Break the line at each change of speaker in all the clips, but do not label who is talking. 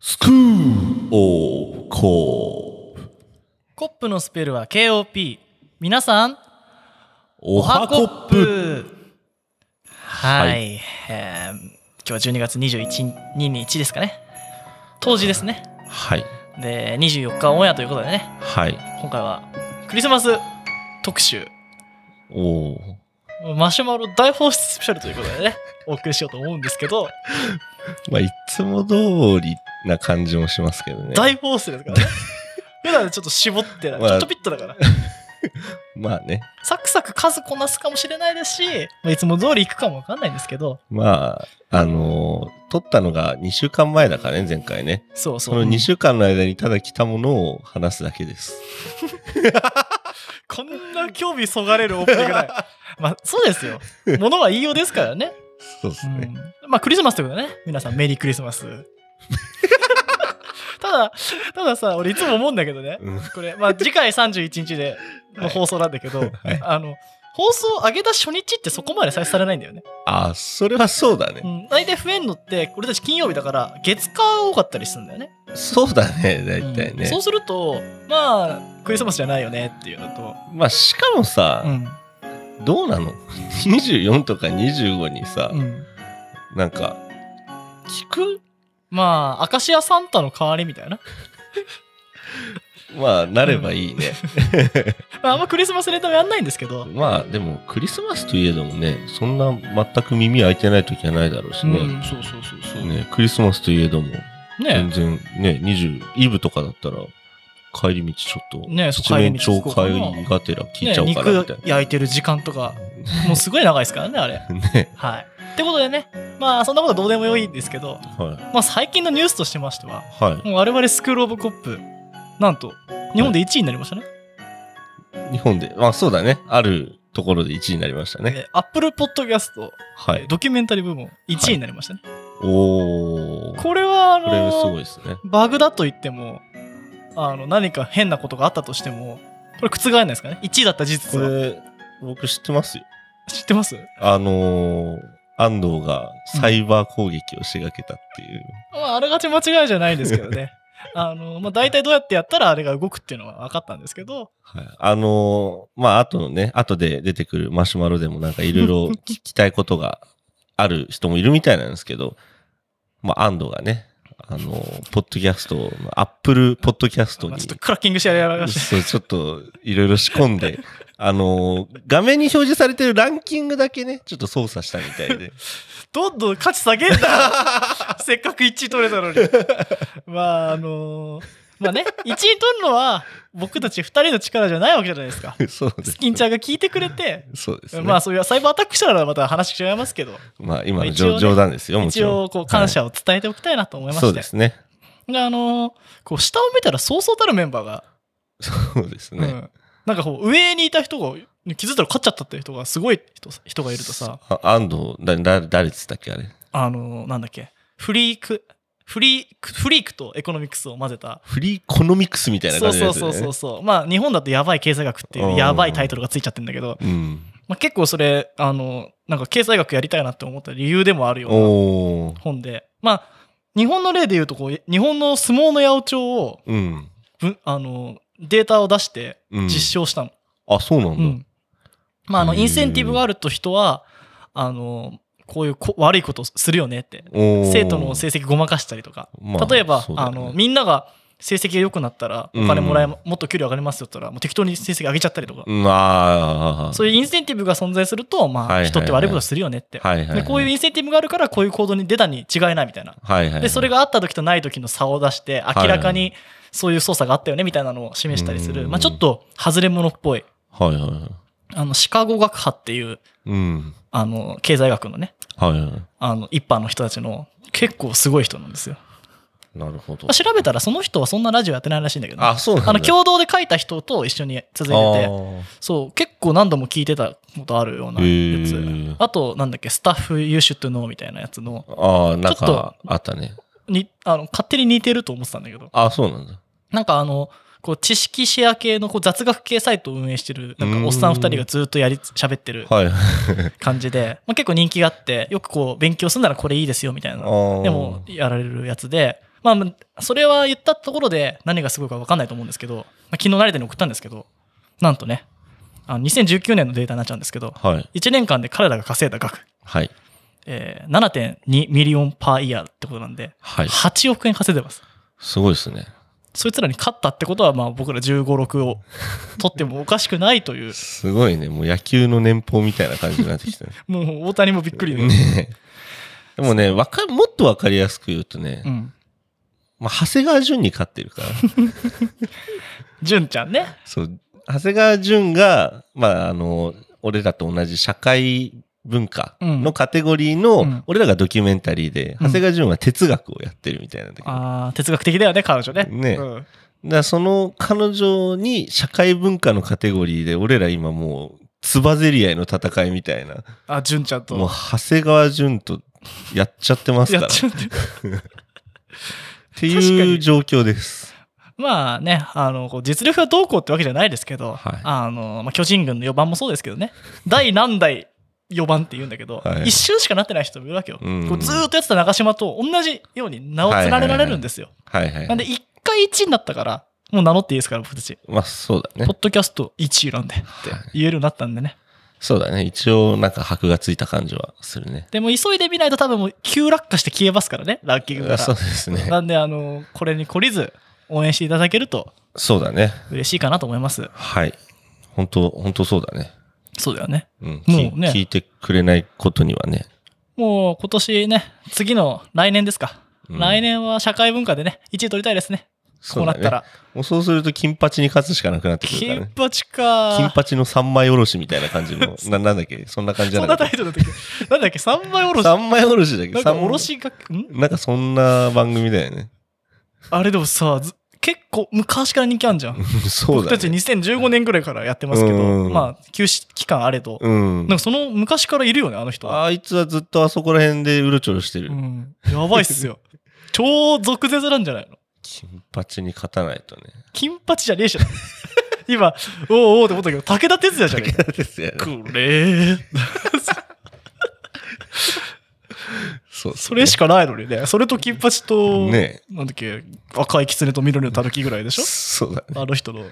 スクーオーコー
コップのスペルは KOP 皆さん
おはコップ
はい、
は
えー今日は12月21日ですかね当時ですね
はい
で24日オンエアということでね
はい
今回はクリスマス特集
おお
マシュマロ大放出スペシャルということ でねお送りしようと思うんですけど、
まあいつも通りな感じもしますけどね
大放出ですからね普段ちょっと絞ってない
まあ
ちょっとピットだから
まあね
サクサク数こなすかもしれないですし、まあ、いつも通り行くかもわかんないんですけど
まああのー撮ったのが2週間前だからね前回ね
そうそ
そうの2週間の間にただ来たものを話すだけです
こんな興味そがれるオープニン グない。まあ、そうですよ。ものは言いようですからね。
そうですね、
うんまあ、クリスマスということでね。皆さん、メリークリス マス。ただ、たださ、俺いつも思うんだけどね。
うん
これ、まあ、次回31日での放送なんだけど、
はい
あの、放送上げた初日ってそこまで再生されないんだよね。
あそれはそうだ
う
ね、
ん、大体増えんのって、俺たち金曜日だから、月火多かったりするんだよね。
そうだね大体
うん
ね、
そうすると、まあ、クリスマスじゃないよねっていうのと、
まあしかもさ、
ん。
どうなの 24とか25にさ、
うん
なんか聞く
まあ、アカシアサンタの代わりみたいな。
まあなればいいね、
まあ、あんまクリスマスネタもやんないんですけど。
まあでもクリスマスといえどもねそんな全く耳開いてない時はないだろうしね,、
うんそうそうそうそう。ね
ねクリスマスといえども全
ね
然ね20イブとかだったら帰り道ちょっと
ねそう
七面鳥
帰り道聞こうかな
帰りがてら聞いちゃおうかなみたい
肉焼いてる時間とか、もうすごい長いですからね、あれ。
な ね
はい。ってことでね、まあ、そんなことどうでもよいんですけど、
は
まあ、最近のニュースとしてましては、
いは
もう我々スクールオブコップ、なんと、日本で1位になりましたね。
い日本でまあそうだねあるところで1位になりましたね
えアップルポッドキャスト、
はい
ドキュメンタリー部門1位になりましたね。
おおこ
これは、あの
れすごいですね
バグだと言ってもあの何か変なことがあったとしてもこれ覆らないですかね1位だった事
こ
実は
れ僕知ってますよ
知ってます
あのー安藤がサイバー攻撃を仕掛けたっていう、
まああれがち間違いじゃないんですけど ねあの、まあ、大体どうやってやったらあれが動くっていうのは分かったんですけど
はい、あのーまあ後のね後で出てくるマシュマロでもなんかいろい ろ聞きたいことがある人もいるみたいなんですけど、まあ、安藤がねあのーポッドキャストのアップルポッドキャスト
まあ
に
ちょっとクラッキングしてやり まし
そうちょっといろいろ仕込んで あのー画面に表示されてるランキングだけねちょっと操作したみたい で
たどんどん価値下げんだ せっかく1位取 れたのにまああのまあね1位取るのは僕たち2人の力じゃないわけじゃないですか
そうです
スキンちゃんが聞いてくれて、
そうですね
まあそういうサイバーアタックしたらまた話違いますけど
まあ今の
一応
冗
ね
冗談ですよ、もち
一
ろん。
応こう感謝を伝えておきたいなと思いまして、
そうですね。
であのーこう下を見たらそうそうたるメンバーが、
そうです
う
ね。
ん、なんかこう上にいた人が気づいたら勝っちゃったっていう人がすごい人人がいるとさ
あ安藤、だ、だ、誰っつったっけあれ。
あのーなんだっけフリークフリークフリークとエコノミクスを混ぜた
フリーコノミクスみたいな
そ
感
う
じのや
そう
つだ
そ
よね。
うそうそうまあ日本だとやばい経済学っていうやばいタイトルがついちゃってるんだけど、
うん。
まあ、結構それあのーなんか経済学やりたいなって思った理由でもあるような
おー。
本でまあ日本の例で言うとこう日本の相撲の八百長を
うん。
ぶあのデータを出して
うん
実証したの。
あ、そうなんだ。
うんまあ、あの
へー
インセンティブがあると人はあのこういうこ悪いことをするよねって
おー
生徒の成績ごまかしたりとか、
まあ
例えば、
そうだ
あ
よね
のみんなが成績が良くなったらお金もらえ、
うん
もっと給料上がりますよって言ったらもう適当に成績上げちゃったりとか、
うんあー
そういうインセンティブが存在すると、まあ
はいはいはい
人って悪いことするよねって、
はいはいはい。
でこういうインセンティブがあるからこういう行動に出たに違いないみたいな
はいはいはい。
でそれがあった時とない時の差を出して
い
明らかにそういう操作があったよねみたいなのを示したりす
う
る、
ん
まあ、ちょっと外れ者っぽい
はいはいはい。
あのシカゴ学派っていう
うん。
あの経済学のね
はいはい。
あの一般の人たちの結構すごい人なんですよ、
なるほど
まあ、。調べたらその人はそんなラジオやってないらしいんだけどね、
あ、そうなんだ。
あの共同で書いた人と一緒に続いててそう結構何度も聞いてたことあるような
へ
や
ー
つあとなんだっけスタッフ優秀というのみたいなやつの
あーあー、なん
ちょ
かあったね。
にあの勝手に似てると思ってたんだけど
あ、そうなんだ。
なんかあの、こう知識シェア系のこう雑学系サイトを運営してる、なんかおっさん二人がずっとやり、喋ってる
はい。
感じで、まあ、結構人気があって、よくこう勉強するならこれいいですよみたいな、
あー
でもやられるやつで、まあまあ、それは言ったところで何がすごいか分かんないと思うんですけど、まあ、昨日慣れてに送ったんですけど、なんとね、あの2019年のデータになっちゃうんですけど、
はい。
1年間で彼らが稼いだ額、
はい。
えー7.2ミリオンパーイヤーってことなんで、
はい。
8億円稼いでます。
すごいですね。
そいつらに勝ったってことは、まあ僕ら15、6を取ってもおかしくないという、
すごいね。もう野球の年俸みたいな感じになってきて る。
もう大谷もびっくりで、
ねでもね、わか、もっとわかりやすく言うとね、
うん。
まあ、長谷川淳に勝って るから。
純ちゃんね。
そう。長谷川淳が、まあ、あの、俺らと同じ社会文化のカテゴリーの、
うん
俺らがドキュメンタリーで、
うん
長谷川淳は哲学をやってるみたいなんだけど、だか
ああ、哲学的だよね、彼女ね。
ね
うん
らその彼女に社会文化のカテゴリーで、俺ら今もう、つばぜり合いの戦いみたいな、
あ、純ちゃんと。
もう長谷川淳とやっちゃってます
や
から、
っ
っ
ちゃってる
て
確か
いう
に
状況です。
まあね、あの、こう実力がどうこうってわけじゃないですけど、
はい
あの、まあ、巨人軍の4番もそうですけどね、第何代4番って言うんだけど、
はい
一瞬しかなってない人もいるわけよ。
うん
こうずーっとやってた中島と同じように名を連ねられるんですよ。
はいはい。
なんで、1回1位になったから、もう名乗っていいですから、僕たち。
まあ、そうだね
ポ。ッドキャスト1位なんでって言えるようになったんでね。
そうだね。一応、なんか箔がついた感じはするね。
でも急いで見ないと多分もう急落下して消えますからね、ランキングか
あそう
ら。
ですね。
なんで、あの、これに懲りず、応援していただけると
そうだね。
嬉しいかなと思います。
はい。本当本当そうだね。
そうだよね。
うん。
もうね
き聞いてくれないことにはね。
もう今年ね、次の来年ですか。
うん
来年は社会文化でね、1位取りたいですね。こ
そうう
な
だ
っ
ね
たら。
もうそうすると、金八に勝つしかなくなってくるから
金
ね。
八か。
金八の三枚おろしみたいな感じ の、ななんだっけそんな感じじ
そ
ゃ
ん
な
ないタイトルだったっけなんだっけ三枚おろし。
三枚おろしだっけ
なんかおろしが、ん
三なんかそんな番組だよね。
あれでもさ、ず結構昔から人気あんじゃん。
そう
僕
だ
たち
ね。
2015年ぐらいからやってますけ
うんうん
ど、
うん
まあ、休止期間あれど。
うん
なんか。その昔からいるよね、あの人は。
あいつはずっとあそこら辺でうろちょろしてる
う。ん。やばいっ すよ。超続絶なんじゃないの
金八に勝たないとね。
金八じゃねえじゃん。 今、おうおうって思ったけど、武田鉄矢じゃねえか
ですよね
これ、
そうですね
それしかないのにね。それと金八と、
ね
なんだっけ、赤い狐と緑の狸ぐらいでしょ
そうだね。
あの人の、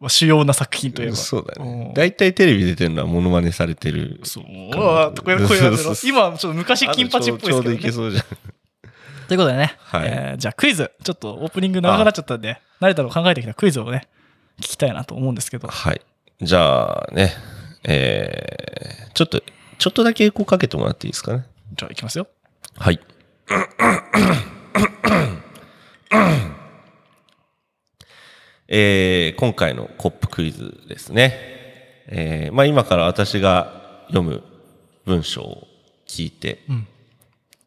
まあ、主要な作品といえば。
そうだ
う
ね
ん。
大体テレビ出てるのはモノマネされてる。
そう。うわとか声
そ
が
う
出
そう
ろ
そう
今、ちょっと昔金八っぽいですけど、
あちょうどい
ね
け。そうじゃん。
ということでね、
はい
えーじゃあクイズ、ちょっとオープニング長くなっちゃったんで、成田の考えてきたクイズをね、聞きたいなと思うんですけど。
はい。じゃあね、えー、ちょっと、ちょっとだけエコーかけてもらっていいですかね。
じゃあ、いきますよ。
はい。 えー今回のコップクイズですね。えーまあ、今から私が読む文章を聞いて、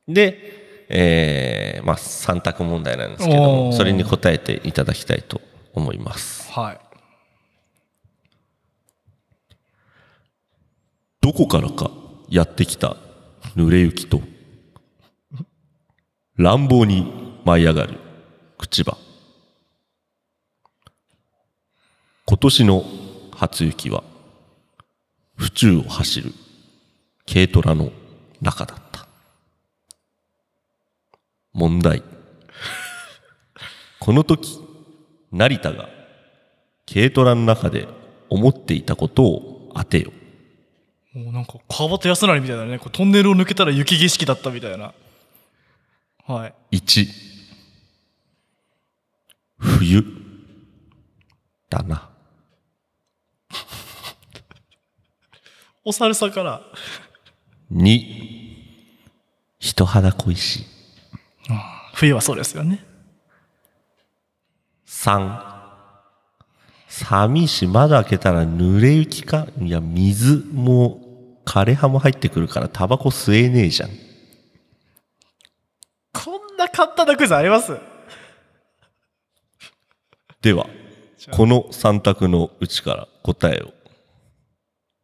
で、えーまあ、3択問題なんですけど
お
も、
ー
それに答えていただきたいと思います。
はい。
どこからかやってきた濡れ雪と、乱暴に舞い上がる口葉。今年の初雪は、府中を走る軽トラの中だった。問題。この時、成田が軽トラの中で思っていたことを当てよ。
もうなんか、川端康成みたいだね。こうトンネルを抜けたら雪景色だったみたいな。はい。
1冬だな
お猿さんから。
2人肌恋しい
冬はそうですよね。
3寂しい窓開けたら濡れ雪かいや水も枯れ葉も入ってくるからタバコ吸えねえじゃん
こんな簡単なクイズあります
ではこの3択のうちから答えをっ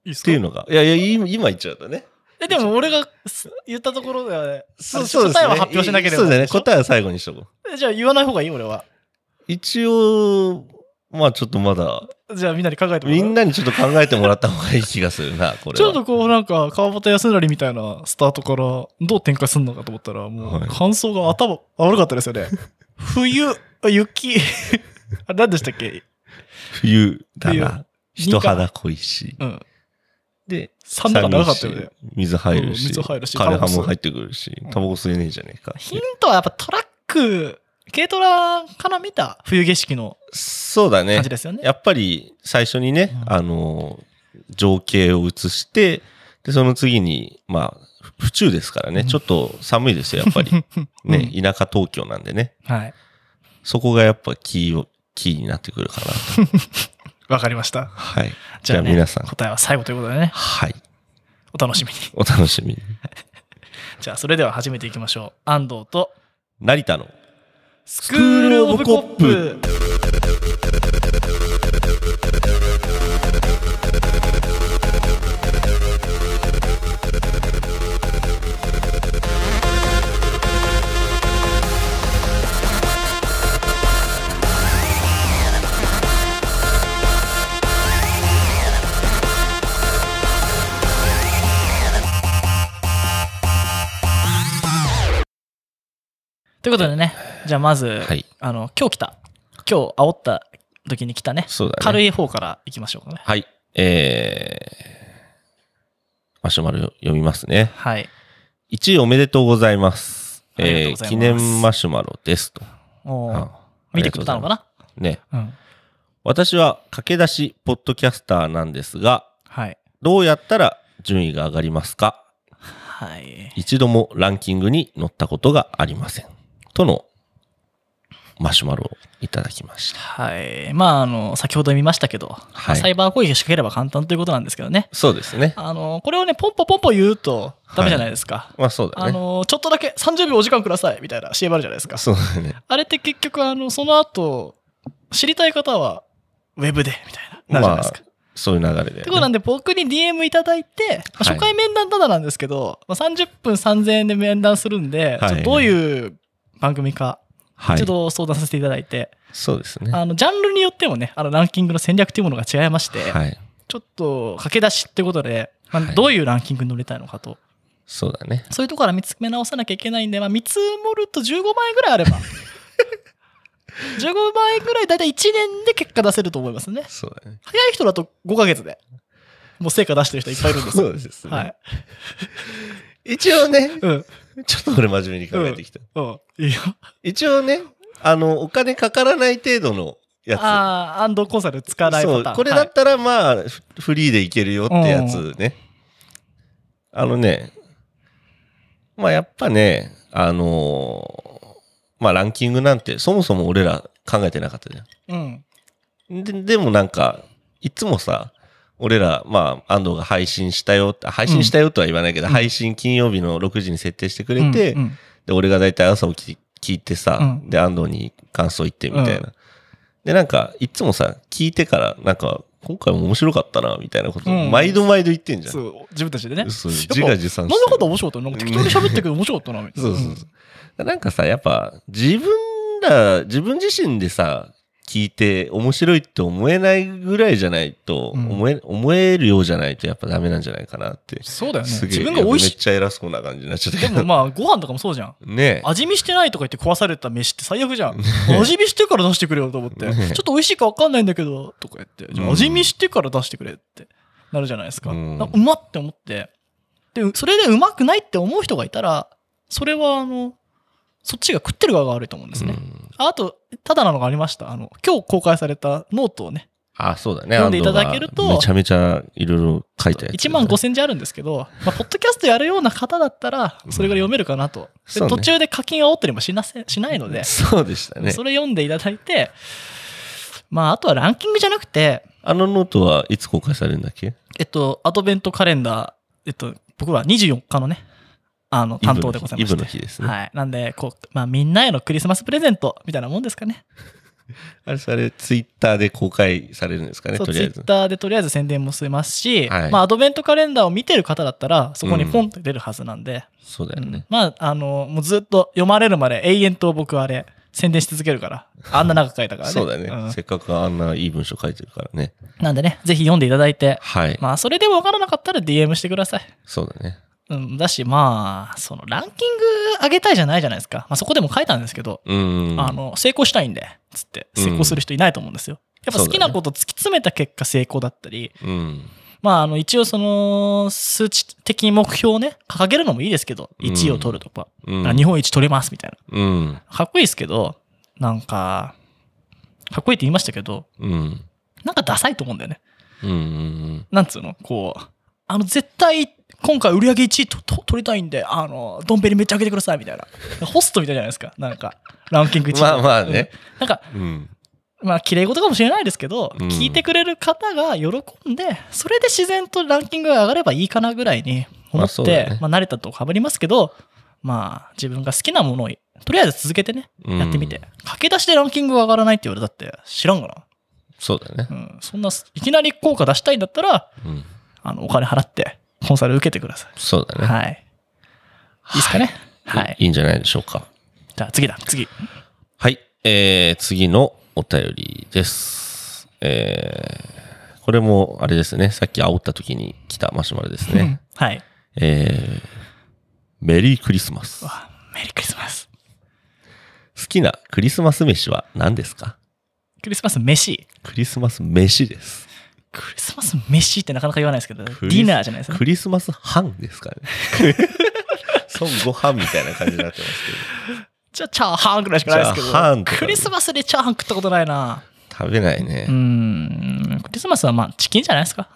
いいっす
ていうのがいやいや今今言っちゃうとね
え、でも俺がす言ったところではね、あの
です
答
ね
えは発表しなければ。
そうだね
でしょ
答えは最後にしとこう
えじゃあ言わない方がいい俺は。
一応、まあちょっとまだ、
じゃあみんなに考えてもら
み
うん
なにちょっと考えてもらった方がいい気がする な、これ
ちょっ
は。
とこうなんか川端康成みたいなスタートからどう展開するのかと思ったらも
は
う
い
感想が頭悪かったですよね。冬、雪、 あ何でしたっけ
冬だな。
冬
人肌恋しい。
うん。
で、
3だから長かったよね。
水入るし、
うん水入るし
枯葉
タバコ吸
も
う
入ってくるし、タバコ吸えねえじゃねえか。
ヒントはやっぱトラック、軽トラから見た冬景色の
そうだね
感じ。ですよね。
やっぱり最初にね、
うん
あの、情景を映して、で、その次に、まあ、ふ府中ですからね、
うん
ちょっと寒いですよ、やっぱり。ね、
う
田舎東京なんでね。
はい。
そこがやっぱキーを、キーになってくるかなと。
わかりました。
はい。
じゃあ,、
じゃあ皆さん
答えは最後ということでね。
はい。
お楽しみに。
お楽しみに。
じゃあ、それでは始めていきましょう。安藤と、
成田の
ス
クールオブコップ。
ということでね、じゃあまず、
はい。
あの、今日来た、今日煽った時に来たね、
そうだね。
軽
い。
い方からいきましょうかね。
はい。えー、マシュマロ読みますね。
はい。
1位おめでとうございます。
ありがと
え
うございま
ー、
す
記念マシュマロですと。
おー
あ
見てくれたのかな
ね。
うん。
私は駆け出しポッドキャスターなんですが、
はい。
どうやったら順位が上がりますか
はい。
一度もランキングに載ったことがありません。とのマシュマロをいただきました。
はい。まあ、あの、先ほど見ましたけど、
はい
サイバー攻撃を仕掛ければ簡単ということなんですけどね。
そうですね。
あの、これをね、ポンポンポンポン言うとダメじゃないですか。
まあそうだ
あ
ね。
の、ちょっとだけ30秒お時間くださいみたいな CM あるじゃないですか。
そうだね。
あれって結局、あの、その後、知りたい方は、ウェブで、みたいな、なるじゃないですか。
そういう流れだよね。
ってことなんで、僕に DM いただいて、まあ
はい
初回面談ただなんですけど、まあ、30分3000円で面談するんで、
はい
ちょっとどういう番組か、
はい
一。度相談させていただいて、
そうですね。
あの、ジャンルによってもね、あの、ランキングの戦略というものが違いまして、
はい。
ちょっと駆け出しってことで、ま
は
あ、
い
どういうランキングに乗れたいのかと、
そうだね。
そういうところから見つめ直さなきゃいけないんで、まあ、見積もると15万円ぐらいあ れば。15万円ぐらい、だいたい1年で結果出せると思いますね。
そうだね。
早い人だと5ヶ月で、もう成果出してる人いっぱいいるんですよ。
そうですね。
はい。
一応ね、
うん。
ちょっと俺真面目に考えてきた。
うん。いいよ。
一応ね、あの、お金かからない程度のやつ。
ああ、アンドコンサル使わないパタ
そ
ーン
う、これだったらまあ、フフリーでいけるよってやつね。あのね、まあやっぱね、あのーまあランキングなんてそもそも俺ら考えてなかったじ
はいうん。
ゃん。ででもなんか、いつもさ、俺ら、まあ、安藤が配信したよって、配信したよとは言わないけど、
うん
配信金曜日の6時に設定してくれて、
うんうん
で、俺が大体朝起き聞いてさ、
うん
で、安藤に感想言ってみたいな。で、なんか、いつもさ、聞いてから、なんか、今回も面白かったな、みたいなこと、
うん
毎度毎度言ってんじゃん。
そう、自分たちでね。
そう
やっぱ
自画自賛して
なんでかと面白かったのなんか適当に喋ったけど面白かったな、みたい
そ
な。
うそうそう。なんかさ、やっぱ、自分ら、自分自身でさ、聞いて面白いって思えないぐらいじゃないと、
うん
思え、思えるようじゃないとやっぱダメなんじゃないかなって。
そうだよね。
すげえ
自分が美味
め
し
っちゃ偉そうな感じになっちゃった
い。
け
で
ど
もまあ、ご飯とかもそうじゃん。
ね
味見してないとか言って壊された飯って最悪じゃん。味見してから出してくれよと思って。
ね
ちょっと美味しいか分かんないんだけど、とか言って。じゃあ
うん
味見してから出してくれってなるじゃないですか。
うん
なんかうまって思って。で、それでうまくないって思う人がいたら、それはあの、そっちが食ってる側が悪いと思うんです
う
ね。
ん
ああと、ただなのがありました。あの、今日公開されたノートをね、
あ、そうだね。
読んでいただけると
安藤がめちゃめちゃいろいろ書いたやつ。
1万5000字あるんですけど、まあ、ポッドキャストやるような方だったら、それが読めるかなと。で
そうね
途中で課金煽ったりもしなせしないので、
そうでしたね
そ。れ読んでいただいて、まあ、あとはランキングじゃなくて、
あのノートはいつ公開されるんだっけ
えっと、アドベントカレンダー、えっと、僕は24日のね、あの、担当でございま
イブ
し
の
て。
日イブの日ですね。
はい。なんで、こう、まあ、みんなへのクリスマスプレゼントみたいなもんですかね。
あれ、それ、ツイッターで公開されるんですかね、
そう、
と
ツ
りあ
イ
えず
ッ。ターでとりあえず宣伝もしますし、
はい
まあ、アドベントカレンダーを見てる方だったら、そこにポンと出るはずなんで、
そうだよ
うん
ね。
まあ、あの、もうずっと読まれるまで永遠と僕はあれ、宣伝し続けるから、あんな長く書いたからね。
そうだね、
ん
せっかくあんないい文章書いてるからね。
なんでね、ぜひ読んでいただいて、
はい。
まあ、それでも分からなかったら DM してください。
そうだね。
うん、だし、まあ、そのランキング上げたいじゃないじゃないですか。まあ、そこでも書いたんですけど、
うん。
あの、成功したいんで、つって、成功する人いないと思うんですよ。やっぱ好きなこと突き詰めた結果成功だったり、
うん。
まあ、あの、一応その、数値的目標をね、掲げるのもいいですけど、
うん
1位を取るとか、
うん。
日本一取れますみたいな。
うん。
かっこいいですけど、なんか、かっこいいって言いましたけど、
うん。
なんかダサいと思うんだよね。
うんうん。
なんつうのこう、あの、絶対、今回売り上げ1位とと取りたいんで、あの、ドンペリめっちゃ上げてくださいみたいな。ホストみたいじゃないですか。なんか、ランキング1位。
まあまあね
うん。なんか、
うん。
まあ、綺麗事かもしれないですけど、
うん
聞いてくれる方が喜んで、それで自然とランキングが上がればいいかなぐらいに
ま
思
あ
って、
そ
ま
う
あ、
だね
慣れたとかぶりますけど、まあ、自分が好きなものを、とりあえず続けてね、
うん
やってみて。駆け出しでランキングが上がらないって言われたって知らんか
そうだね
な。。うん、そんな、いきなり効果出したいんだったら、
うん。
あの、お金払って、コンサル受けてくださ
そうだ
い。
ね。
はい。いいですかね。はい。
いいんじゃないでしょうか。
じゃあ次だ、次。
はい。えー、次のお便りです。えー、これも、あれですね。さっき煽った時に来たマシュマロですね。
はい。
えー、メリークリスマス。好
わメリークリスマス。
きなクリスマス飯は何ですか
クリスマス飯。
クリスマス飯です。
クリスマス飯ってなかなか言わないですけど、デ
クリス
ィナーじゃないです か。
クリスマス飯です かね。孫悟飯みたいな感じになってます
じゃあチャーハンぐらいしかないですけ
チャーハン
ど、
とかね
クリスマスでチャーハン食ったことないな。
けど。食べないう
ー
ね。
ん、クリスマスはまあチキンじゃないですか。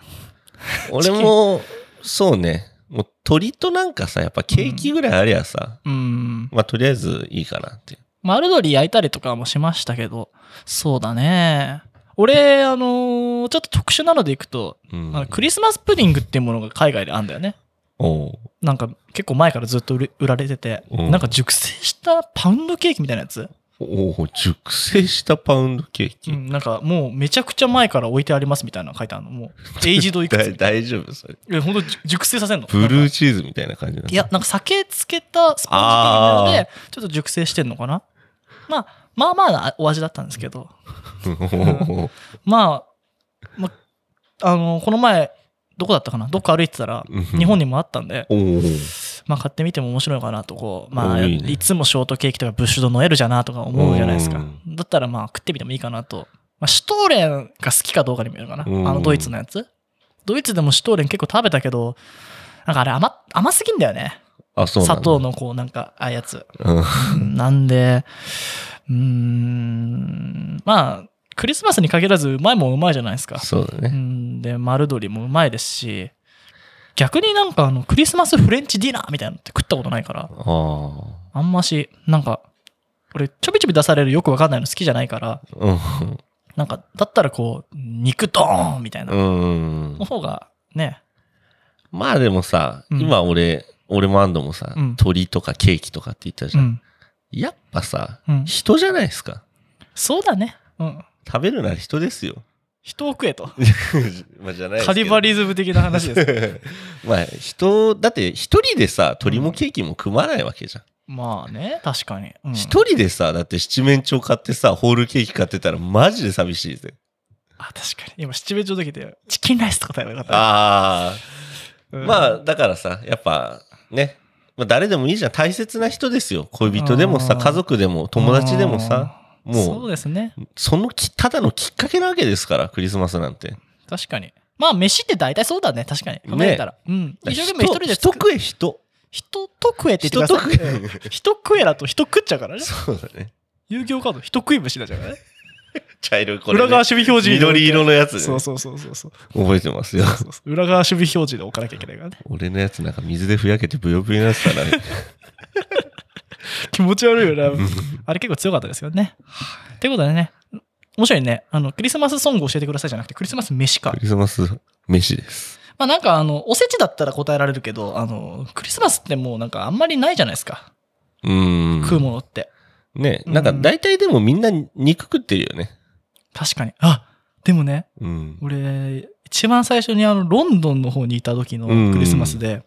俺も、そうね。もう鳥となんかさ、やっぱケーキぐらいありゃさ、
うーん、
まあとりあえずいいかなっていう。
丸鶏焼いたりとかもしましたけど、そうだね。俺、あのーちょっと特殊なのでいくと、
うん
あのクリスマスプディングっていうものが海外であんだよね。
おう
なんか結構前からずっと売れ売られてて、
うん
なんか熟成したパウンドケーキみたいなやつ、
おう熟成したパウンドケーキ。
うんなんかもうめちゃくちゃ前から置いてありますみたい なの書いてあるの。もう、エイジドいくつみたい
だ
な
大丈夫それ。
いや、本当熟成させんの。
ブル
な
ー
んか
チーズみたいな感じなの
いや、なんか酒つけたスポンジケーキなので、ちょっと熟成してんのかな。まあ、まあまあなお味だったんですけど、
おう
まあ、まあの、この前、どこだったかなどっか歩いてたら、
うん
日本にもあったんで、
おう
まあ買ってみても面白いかなとこう、まあ、
おいいね
いつもショートケーキとかブッシュドノエルじゃなとか思うじゃないですか
う。
だったらまあ食ってみてもいいかなと。まあ、シュトーレンが好きかどうかにもよるかな。あ
うん
のドイツのやつ。ドイツでもシュトーレン結構食べたけど、なんかあれ甘甘すぎんだよね。
あ、そうなん
砂
だ
糖のこうなんかああいうやつ。
うん
うんなんで、うーん、まあ、クリスマスに限らずうまいもんうまいじゃないですか。
そうだ
う
ね。
ん、で、丸鶏もうまいですし、逆になんかあの、クリスマスフレンチディナーみたいなのって食ったことないか
あ
ら、
あ。
あんまし、なんか、俺ちょびちょび出されるよくわかんないの好きじゃないから、
うん
なんか、だったらこう、肉ドーンみたいな、
うん
の。方が、ね、
まあでもさ、
うん
今俺、俺も安藤もさ、
うん
鳥とかケーキとかって言ったじ
う
ゃん。
ん、
やっぱさ
うん、
人じゃないですか。
そうだね、うん、
食べるなら人ですよ。
人を食えと、
まあじゃないですけど
カニバリズム的な話で す。
まあ人、だって一人でさ、鳥もケーキも組まないわけじゃん。
まあね、確かに。うん
一人でさ、だって七面鳥買ってさ、ホールケーキ買ってたらマジで寂しいぜ。
あ、確かに。今、七面鳥時で、チキンライスとか食べよかった。
ああ。
うん
まあ、だからさ、やっぱね、まあ、誰でもいいじゃん。大切な人ですよ。恋人でもさ、
あー
家族でも、友達でもさ、
うん
も
そうですね。
う、そのき、ただのきっかけなわけですから、クリスマスなんて。
確かに。まあ、飯って大体そうだね。確かに。考えたら。うん。一生懸命一人で
人
作
食
る。
え人。
人と食えって言
人
っ
と
てくだ
食
さい。
え。
人食えらと人食っちゃうからね。
そうだね。
遊戯王カード、人食い虫だじゃね。
茶色いこれ、ね。
裏側守備表示に
緑色のやつ、ね、
そうそうそうそうそう。
覚えてますよ。
そうそう裏側守備表示で置かなきゃいけな いからね。
俺のやつなんか水でふやけてブヨブヨになってたら、
気持ち悪いよね。あれ結構強かったですよね。ということでね、面白いね。あの、クリスマスソング教えてくださいじゃなくて、クリスマス飯か
ク。リスマス飯です。
まあなんかあの、おせちだったら答えられるけど、あの、クリスマスってもうなんかあんまりないじゃないですか。
うーん。
食うものって。
ね、なんか大体でもみんな肉食ってるよね。
確かに。あでもね、
うん。
俺、一番最初にあの、ロンドンの方にいた時のクリスマスで、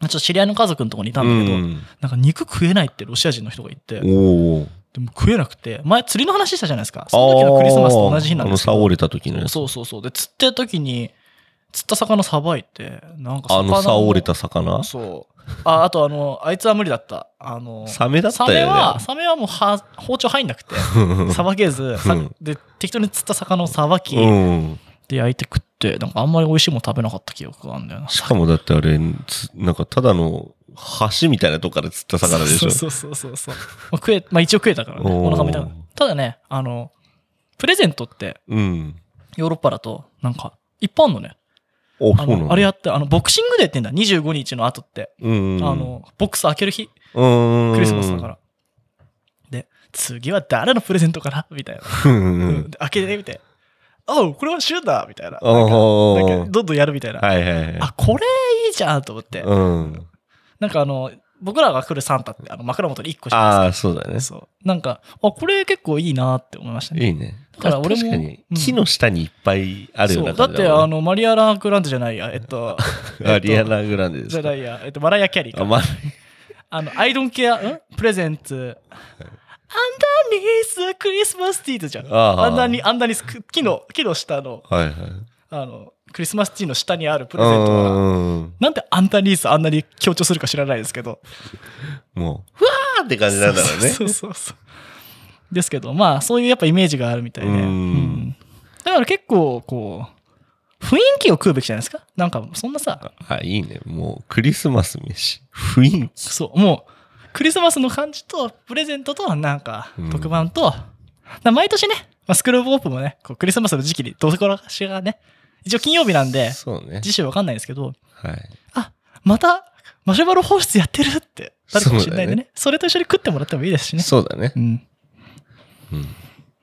ちょっと知り合いの家族のとこにいたんだけど、なんか肉食えないってロシア人の人が言って、
うん
で
おお。
も食えなくて、前釣りの話したじゃないですか。その時のクリスマスと同じ日なんですけ
あーあの、
ど。
倒れた時のやつ。
そうそうそう。で、釣ってる時に、釣った魚さばいて、なんか魚
あのさ、折れた魚
そう。あ、あとあの、あいつは無理だった。あの、
サメだった
サ
よね。
メは、サメはもうは包丁入んな くて、 さばけず、さ
うん
で、適当に釣った魚をさばき、
うん。
で焼いて食って、なんかあんまり美味しいもん食べなかった記憶があるんだよな。
しかもだってあれ、つなんかただの橋みたいなとこから釣った魚でしょ。
そうそうそうそうそう。まあ、食え、まあ一応食えたからね。
おー
お腹も痛くないただね、あの、プレゼントって
うん。
ヨーロッパだと、なんか、いっぱいあんのね。
お、そ
あ
うなの
のあれやって、あの、ボクシングデーって言うんだ。25日の後って。
うん。
あ、の、ボックス開ける日、
うん。
クリスマスだから。で、次は誰のプレゼントかなみたいな。
うん。う
うん ん。で開けてみて。あうこれはシューだみたいな。
おー
なんかなんかどんどんやるみたいな。
はいはいは
あ、これいいじゃんと思っ
い。
て。
うん。
なんかあの、僕らが来るサンタって、あの、枕元に1個しか
ああ、そうだね。
そう。なんか、あ、ここれ結構いいなって思いましたね。
いいね。
だから俺も
確かに
うん
木の下にいっぱいあるような
そうだ
感
っ
じ
て、
も
あ
んね
の、マリア・ラークランドじ ゃないや、えっと、
あリ アナグランデです
じ
か。
ゃないや、えっと、マライア・キャリー
あ
か。
まあ、
あの、アイドンケア、んプレゼンツ。アンダーニースクリスマスティーズじゃん。
あー
アンダーニー、アンダーニース、木の、木の下の、
はいはい。
あの、クリスマスティーの下にあるプ
う
レゼントが、
んうん。
なんでアンダーニースあんなに強調するか知らないですけど。
もう、ふわーって感じなんだろうね。
そうそうそうそう。ですけど、まあ、そういうやっぱイメージがあるみたいで。
うん
うんだから結構、こう、雰囲気を食うべきじゃないですか。なんか、そんなさ、
あ、いいね。もう、クリスマス飯。雰囲気。
そう、もう、クリスマスの感じと、プレゼントと、なんか
うん、
特番と、だから毎年ね、まあ、スクールオープンもね、こうクリスマスの時期に、どこらかしらね、一応金曜日なんで、
そうね。
次週わかんないですけど、
はい。
あ、また、マシュマロ放出やってるって、誰かもしれないんでね、それと一緒に食ってもらってもいいですしね。
そうだね
う。ん。
うん。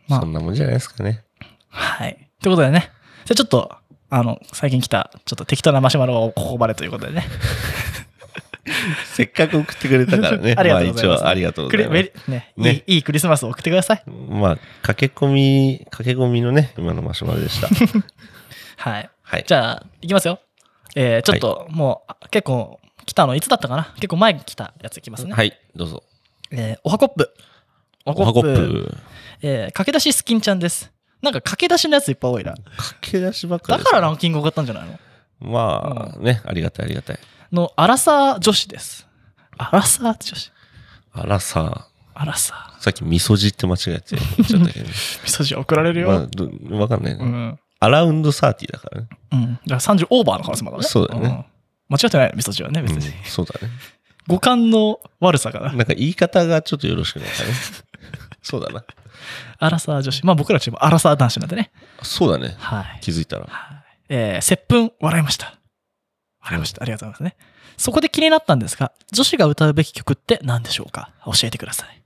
まあ
そんなもんじゃないですかね。
はい。ということでね。じゃあちょっと、あの、最近来た、ちょっと適当なマシュマロをここまでということでね。
せっかく送ってくれたからね
。ありがとうございます
あ、一応ありがとうご
ク
ざい
リ
ま
メ
す
リ。ね
ね
いい、いいクリスマスを送ってください。
まあ、駆け込み、駆け込みのね、今のマシュマロで した。
はい。
はい。
じゃあ、いきますよ。えー、ちょっと、もう、あ結構、来たの、いつだったかな結構前に来たやついきますね。
はい、どうぞ。
えー、おはこっぷ。お
おはコップ。
えー、駆け出しスキンちゃんです。なんか駆け出しのやついっぱい多いな。
駆け出しばっか
だ
り。
からランキング上がったんじゃないの
まあ、ね、ありがたい、ありがたい。
の、アラサー女子です。アラサー女子。
あらさ、
アラサ
さっき味噌汁って間違えて言っちゃ ったけど。
ー。味噌汁送られるよ。
まあど、わかんないね、
うん。
アラウンドサーティだからね。
うん。だから30オーバーの可能性もあるね。
そうだよね
うん。間違ってないの、味噌汁はね、別
うん
に。
そうだね。
五感の悪さかな。
なんか言い方がちょっとよろしくないかね。 そうだな。
アラサー女子。まあ僕らチーム、アラサー男子なんでね。
そうだね。
はい。
気づいたら。
はいえー、接吻、笑いました。笑いました。ありがとうございますね。そこで気になったんですが、女子が歌うべき曲って何でしょうか教えてください。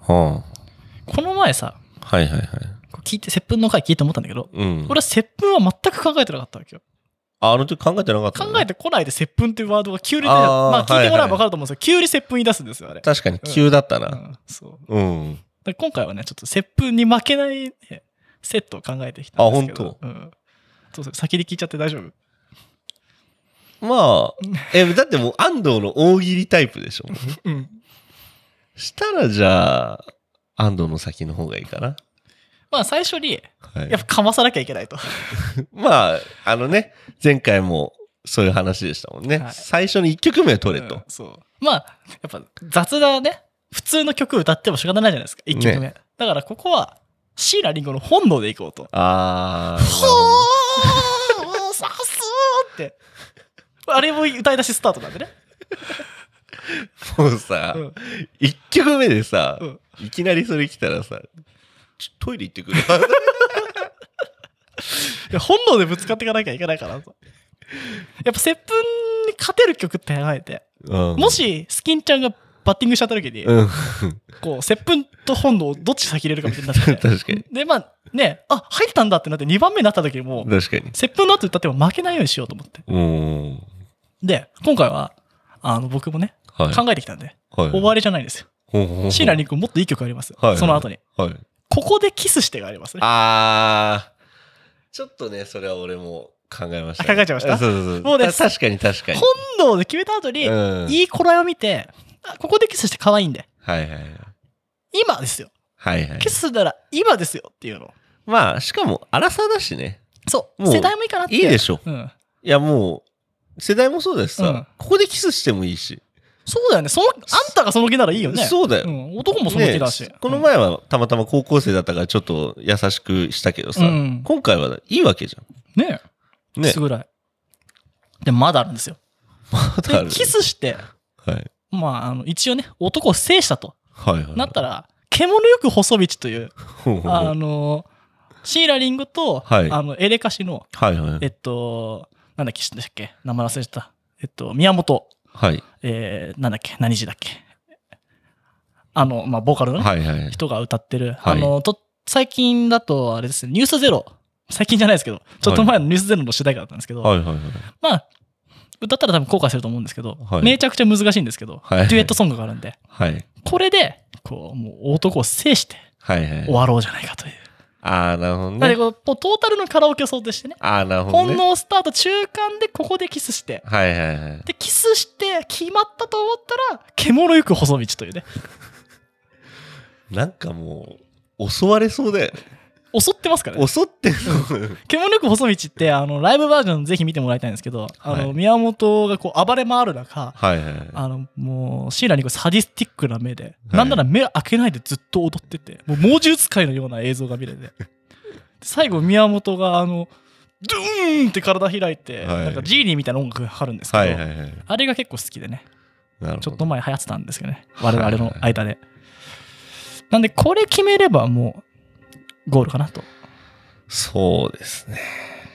は
この前さ、
あ、はいはいはい。
こう聞いて、接吻の回聞いて思ったんだけど、
うん。
俺は接吻は全く考えてなかったわけよ。
ああの時考えてなかったの
考えてこないで接吻っていうワードが急に出た。
あー
まあ聞いてもら
は
え
いは
ば
い
分かると思うんですよ。急に接吻言い出すんですよ、あれ。
確かに急だった
う
な。
ん、そう。
うん。
だから今回はね、ちょっと接吻に負けない、ね、セットを考えてきたんですけど。
あ本
当。うん。そうそう、先に聞いちゃって大丈夫
まあ、え、だってもう安藤の大喜利タイプでしょ。
うん。
したらじゃあ、安藤の先の方がいいかな。
まあ最初に、
は
やっ
い。
ぱかまさなきゃいけないと。
まあ、あのね、前回もそういう話でしたもんね。
はい
最初に1曲目を取れと。
うんそう。まあ、やっぱ雑なね、普通の曲歌っても仕方ないじゃないですか、1曲目。だからここは、シーラリンゴの本能でいこうと。
あ
ほ
ー。
ーさすーって。あれも歌い出しスタートなんでね。
もうさ、
うん
一曲目でさ、
うん
いきなりそれ来たらさ、ちょトイレ行って くる。
いや本能でぶつかっていかなきゃいけないかなと。やっぱ接吻に勝てる曲って考えて、も
も、
しスキンちゃんがバッティングしちゃった時に、
うん、
こう、接吻と本能どっち先入れるかみたいにな って。
確かに。
で、まあね、あ、入ったんだってなって2番目になった時にもう、
確かに。
接吻の後歌っても負けないようにしようと思って。
うん。
で、今回は、あの、僕もね、
はい。
考えてきたんで、
はい、
終わりじゃないんですよ。シーラリン君もっといい曲あります。
はい
その後に。
はい。
ここでキスしてがありますね。
あー、ちょっとね、それは俺も考えました、
あ考えちゃいました
そうそうそう。
もうね
た確かに確かに。
本能で決めた後に、
うん
いい頃合いを見て、あここでキスして可愛いんで、
はいはいはい。
今ですよ。
はいはい
キ。スするなら今ですよっていうの。
まあ、しかも、荒さだしね。
そう。
もう
世代もいいかなって。
いいでしょ。
うん。
いや、もう、世代もそうだしさ、
うん
ここでキスしてもいいし。
そうだよね。その、あんたがその気ならいいよね。
そうだよ。
うん。男もその気だし。
ねこの前はたまたま高校生だったからちょっと優しくしたけどさ、
うん
今回はいいわけじ
うんね
ゃん。
え。
ね
す。ぐらい。で、まだあるんですよ。
ま だあ
で
る、
キスして、
はい。
まあ、あの、一応ね、男を制したと。
はいはい。
なったら、獣よく細道という、
ほうほうほう
あの、シーラリングと、
はい
あの、エレカシの、
はいはい
えっと、なんだっけ、でしたっけ名前忘れてた。えっと、宮本、
はい。
えー、なんだっけ、何時だっけ。あの、まあ、ボーカルのね、
はいはいはい。
人が歌ってる。
はい
あの、と、最近だと、あれですね、ニュースゼロ。最近じゃないですけど、ちょっと前のニュースゼロの主題歌だったんですけど、
はいはいはい。
まあ、歌ったら多分後悔すると思うんですけど、
はい
めちゃくちゃ難しいんですけど、
はい
デュエットソングがあるんで、
はい。
これで、こう、もう男を制して
はいはい。
終わろうじゃないかという。
ああ、なるほど
なので
ね。
こう、こうトータルのカラオケを想定してね、
ああ、なるほど
本
ね。
能スタート中間でここでキスして、
はいはいはい。
で、キスして決まったと思ったら、獣ゆく細道というね、
なんかもう、襲われそうだよね。
襲ってますからね。
襲ってん の。
獣よく細道って、あの、ライブバージョンぜひ見てもらいたいんですけど、あの、
はい
宮本がこう暴れ回る中、
はいはいはい。
あの、もう、シーラにこうサディスティックな目で、
い
なんなら目開けないでずっと踊ってて、もう猛獣使いのような映像が見れて、で最後、宮本が、あの、ドゥーンって体開いて、
はい
なんかジーニーみたいな音楽がかかるんですけど、
はいはいはい。
あれが結構好きでね、
なるほど。
ちょっと前流行ってたんですけどね、
はい
我々の間で。なんで、これ決めればもう、ゴールかなと。
そうですね。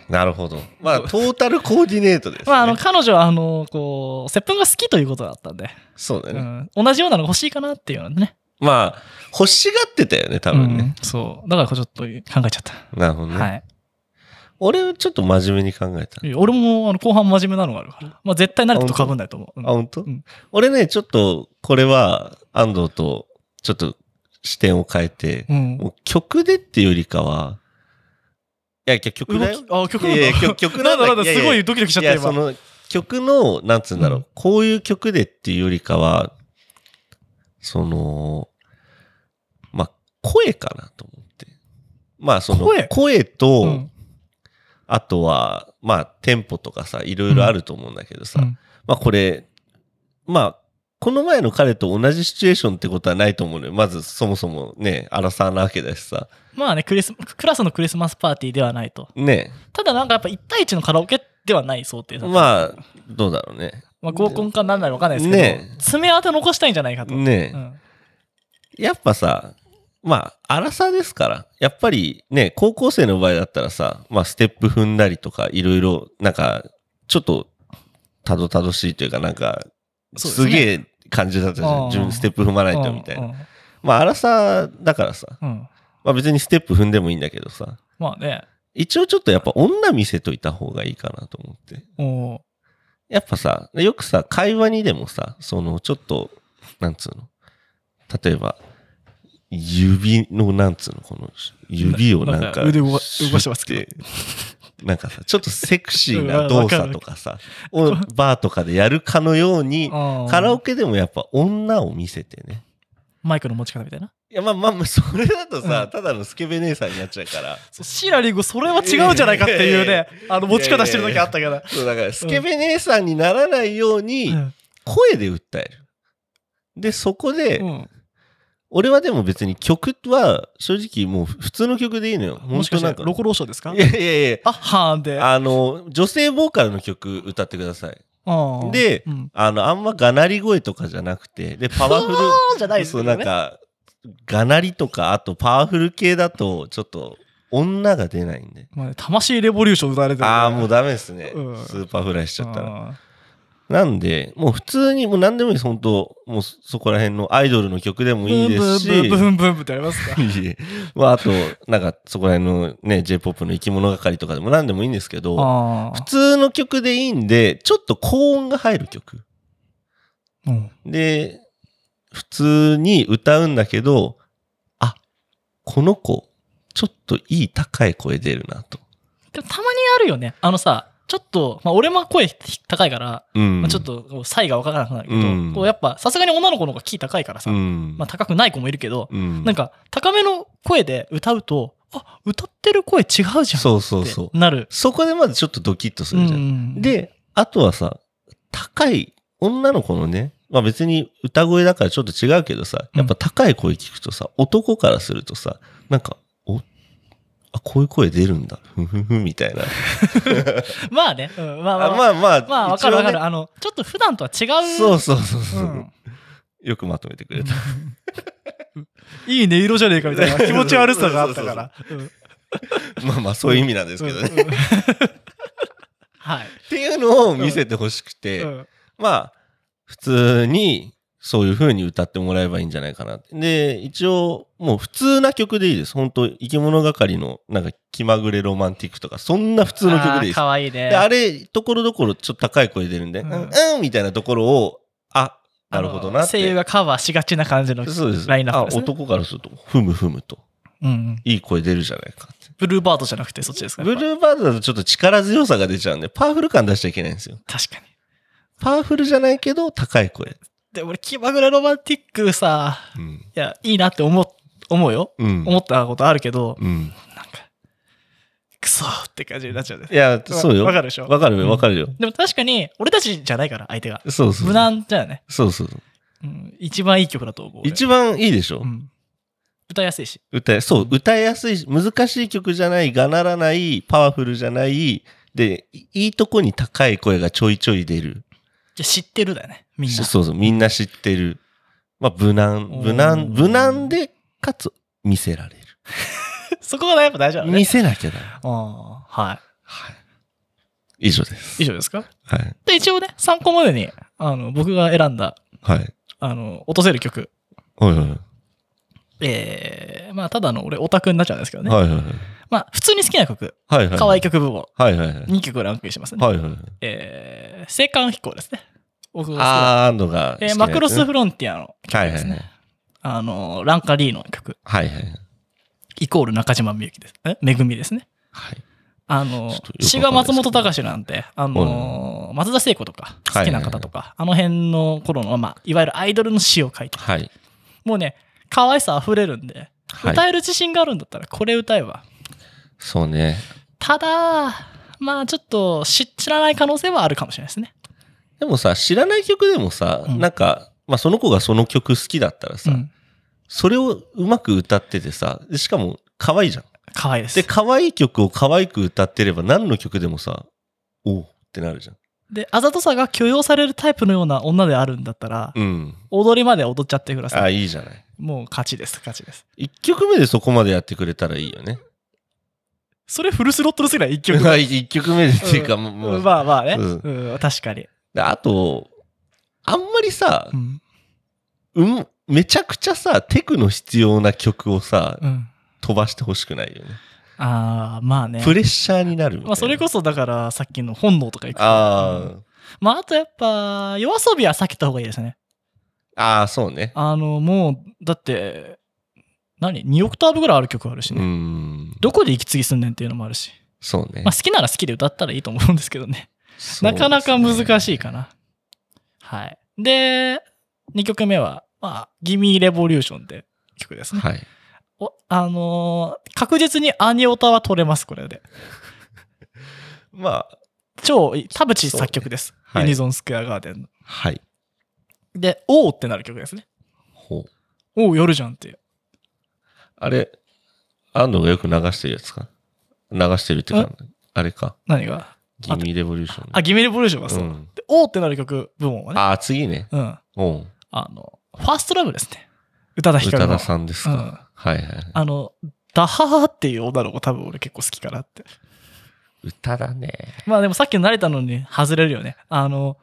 なるほど。ま あ、トータルコーディネートですね。
まあ、あの、彼女は、あの、こう、接吻が好きということだったんで、
そうだ
う
ね。
ん、同じようなのが欲しいかなっていうのでね。
まあ、欲しがってたよね、多分ね。
うんそう。だから、ちょっと考えちゃった。
なるほどね。
はい。
俺、ちょっと真面目に考えた。
いや俺もあの後半真面目なのがあるから。まあ絶対慣れてと被んないと思う。うん
あ、本当、
うん
俺ね、ちょっと、これは、安藤と、ちょっと、視点を変えて、
うん。
もう曲でっていうよりかは、いや、いや曲だよ。
動きあ、曲なん
いや
だ。
いや曲曲 な
な
んん
だ
だ
なんだ、
いやい
す
や
ごいドキドキしちゃっ
いや、
た
そ
今。
の、曲の、なんつうんだろう、
うん
こういう曲でっていうよりかは、その、まあ、声かなと思って。まあ、その、
声
声と、
うん
あとは、まあ、テンポとかさ、いろいろあると思うんだけどさ、
うん
まあこれ、まあ、この前の彼と同じシチュエーションってことはないと思うのよ。まず、そもそもね、アラサーなわけだしさ。
まあね、クリス、クラスのクリスマスパーティーではないと。
ね。
ただなんかやっぱ1対1のカラオケではない想定だった
まあ、どうだろうね。
まあ合コンかなんなのかわかんないですけど、
ね
爪痕残したいんじゃないかと。
ね
う。ん
やっぱさ、まあ、荒さですから、やっぱりね、高校生の場合だったらさ、まあ、ステップ踏んだりとか、いろいろ、なんか、ちょっと、たどたどしいというか、なんか、
そうです
す
ね
げえ感じだったじゃ
あー
ん。自分ステップ踏まないと、みたいな。
な。
まあ、荒さだからさ、
うんうん。
まあ別にステップ踏んでもいいんだけどさ、
まあね、
一応ちょっとやっぱ女見せといた方がいいかなと思って。
も
やっぱさ、よくさ、会話にでもさ、そのちょっと、なんつうの例えば、指の、なんつうのこの、指をなん
ななん
か、
か腕動か
シュッ
動かしてますけ
なんかさ、ちょっとセクシー
う
なん動作とかさ、をバーとかでやるかのよう
う、
に、カ
カ
ラオケでもやっぱ女を見せてね。
マイクの持ち方みたいな。
いや、まあまあまあ、それだと
う
さ
ん、
ただのスケベ姉さんになっちゃうから。
そうシーラリング、それは違うんじゃないかっていうね、あの持ち方してる時あったから。
そうだから、スケベ姉さんにならないように、
うん
声で訴える。で、そこで、
うん
俺はでも別に曲は正直もう普通の曲でいいのよ。
もしかし
本
て、
当
ロコローショーですか
いやいやい
あはーんで。
や、あの、女性ボーカルの曲歌ってください。
うん
で
うん
あの、あんまがなり声とかじゃなくて、で、パワフル
ふ、わ ーんじゃないです
そ
よ
うな
ね。
んか、がなりとか、あとパワフル系だと、ちょっと女が出ないんで。
まあね魂レボリューション歌われてる
ああ、もうダメですね。
うん
スーパーフライしちゃったら。
ら。
なんで、もう普通に、もう何でもいいです、本当もうそそこら辺のアイドルの曲でもいいですし、
ブンブンブンブンブンってありますか
いえまあ、あと、なんかそこら辺のね、J-POP の生き物係とかでも何でもいいんですけど、
あ
普通の曲でいいんで、ちょっと高音が入る曲。
あ。うん
で、普通に歌うんだけど、あ、この子、ちょっといい高い声出るなと。
でもたまにあるよね。あのさ、ちょっと、まあ俺も声高いから、
うん。
まあちょっとこう、差異がわからなくなるけど
うん、
こうやっぱ、さすがに女の子の方がキー高いからさ
う、ん。
まあ高くない子もいるけど、
うん
なんか、高めの声で歌うと、あ、歌ってる声違うじゃん。
そうそうそう
う。なる。
そこでまずちょっとドキッとす
う
るじゃん。
ん、
で、あとはさ、高い女の子のね、まあ別に歌声だからちょっと違うけどさ、やっぱ高い声聞くとさ、男からするとさ、なんか、おあ、こういう声出るんだ。ふんふんふんみたいな。
まあね。うんまあま
あ
あ、
まあまあ、
まあ、わかるわか
一
る。
応
あの、ちょっと普段とは違
ね
う。
そうそうそうそう。
うん
よくまとめてくれた。
いい音色じゃねえかみたいな気持ち悪さがあったから。うん
まあまあそういう意味なんですけどね。っ
うんうん はい。
ていうのを見せてほしくて、
うん
まあ、普通に、そういう風に歌ってもらえばいいんじゃないかなって。で、一応、もう普通な曲でいいです。本当生き物係の、なんか、気まぐれロマンティックとか、そんな普通の曲でいい
あー
です。
かわいいね。
で、あれ、ところどころ、ちょっと高い声出るんで、
う
うんん、うん、みたいなところを、あ、なるほどなって。
声優がカバーしがちな感じの。
そうです。
ラインナップですね
あ、男からすると、ふむふむと、
うんうん
いい声出るじゃないかって。
ブルーバードじゃなくてそっちですか
ブルーバードだとちょっと力強さが出ちゃうんで、パワフル感出しちゃいけないんですよ。
確かに。
パワフルじゃないけど、高い声。
で、俺、気まぐれロマンティックさ、
うん。
いや、いいなって思う、思うよ。
うん。
思ったことあるけど、
うん。
なんか、クソーって感じになっちゃうんです。
いや、そうよ。
わかるでしょ
わかる
うん
よ、わかるよ。
でも確かに、俺たちじゃないから、相手が。
そうそう。
無難だよね。
そうそうそう。
うん一番いい曲だと思う。俺
一番いいでしょ、
うん歌いやすいし。
歌え、そう、歌いやすいし、難しい曲じゃない、がならない、パワフルじゃない、で、いいいとこに高い声がちょいちょい出る。
じゃあ知ってるだよね、みん
そ
な。
うそう、みんな知ってる。まあ、無難、無
お
難、
ー
無難で、かつ、見せられる。
そこがやっぱ大事なの
見
ね。
せなきゃだよ。
あーは
はい。以上です。
い。以上ですか
はい。
で、一応ね、参考までに、あの、僕が選んだ、
はい。
あの、落とせる曲。
はいはいはい。
えー、まあ、ただの俺オタクになっちゃうんですけどね。
はいはい
まあ、普通に好きな曲、
はい。はい
可愛い
い。
曲部門、
はいはいはい。
2曲ランクインしますね。
はいはいはい。
えー、青函飛行ですね。僕が好き
あ
な
ー、アンドが好きな
え
や
ー
つね。
マクロスフロンティアの曲
はい
で
はい
すね。
はい。
あの、ランカリーノの曲、
はいはいはい。
イコール中島みゆきです。えめぐみですね。
はい。
あの
ちょっとよくわかんないで、す
詩
けど
が松本隆なんて、あの、松田聖子とか、好きな方とか、あの辺の頃の、まあ、いわゆるアイドルの詩を書いて、
はい。
もうね、可愛さ溢れるんで、
はい。
歌える自信があるんだったら、これ歌えば。
そうね。
ただ、まあ、ちょっと知知らない可能性はあるかもしれないですね。
でもさ、知らない曲でもさ、
うん
なんか、まあその子がその曲好きだったらさ、
うん
それをうまく歌っててさ、でしかも可愛いじゃん。
可愛いです
で、。可愛い曲を可愛く歌ってれば何の曲でもさ、おうってなるじゃん。
で、あざとさが許容されるタイプのような女であるんだったら、
うん。
踊りまで踊っちゃってくだ
あ、
さい。
いいじゃない。
もう勝ちです、勝ちです。
一曲目でそこまでやってくれたらいいよね。
それフルスロットルすら一 曲。
まあ一曲目でっていうか、もうもう、
まあまあね。
う
うん、確かに。
であと、あんまりさ
う、ん。
うん、めちゃくちゃさ、テクの必要な曲をさ、
うん。
飛ばしてほしくないよね。
ああ、まあね。
プレッシャーになるみたいな。
まあそれこそだからさっきの本能とかいくとう
あ
んまああとやっぱ、夜遊びは避けた方がいいですね。
あ、ああ、そうね。
あの、もう、だって、何 ?2 オクターブぐらいある曲あるし
うー
ね。
ん。
どこで息継ぎすんねんっていうのもあるし。
そうね
まあ。好きなら好きで歌ったらいいと思うんですけどね。
そう
な
ですね
かなか難しいかな。はい。で、2曲目は、まあ、ギミーレボリューションって曲ですね。
はい。
おあのー確実にアニオタは取れます、これで。
まあ、
超いい、田淵作曲です。
そうねはい
ユニゾンスクエアガーデンの。
はい。
で、おーってなる曲ですね。
ほう。
おー、夜じゃんっていう。
あれ、安藤がよく流してるやつか流してるってか、あれか。
何が
ギミーレボリューション。
あ、ギミーレボリューションがそう。
うん
で、おーってなる曲部門はね。
ああ、次ね。
うん。
おう
あの、ファーストラブですね。宇多田
宇
ヒカル
多
の。
田さんです
う
か。
ん。
はいはいはい。
あの、ダハーっていう女の子多分俺結構好きかなって。
宇多田ね。
まあでもさっきの慣れたのに外れるよね。あの、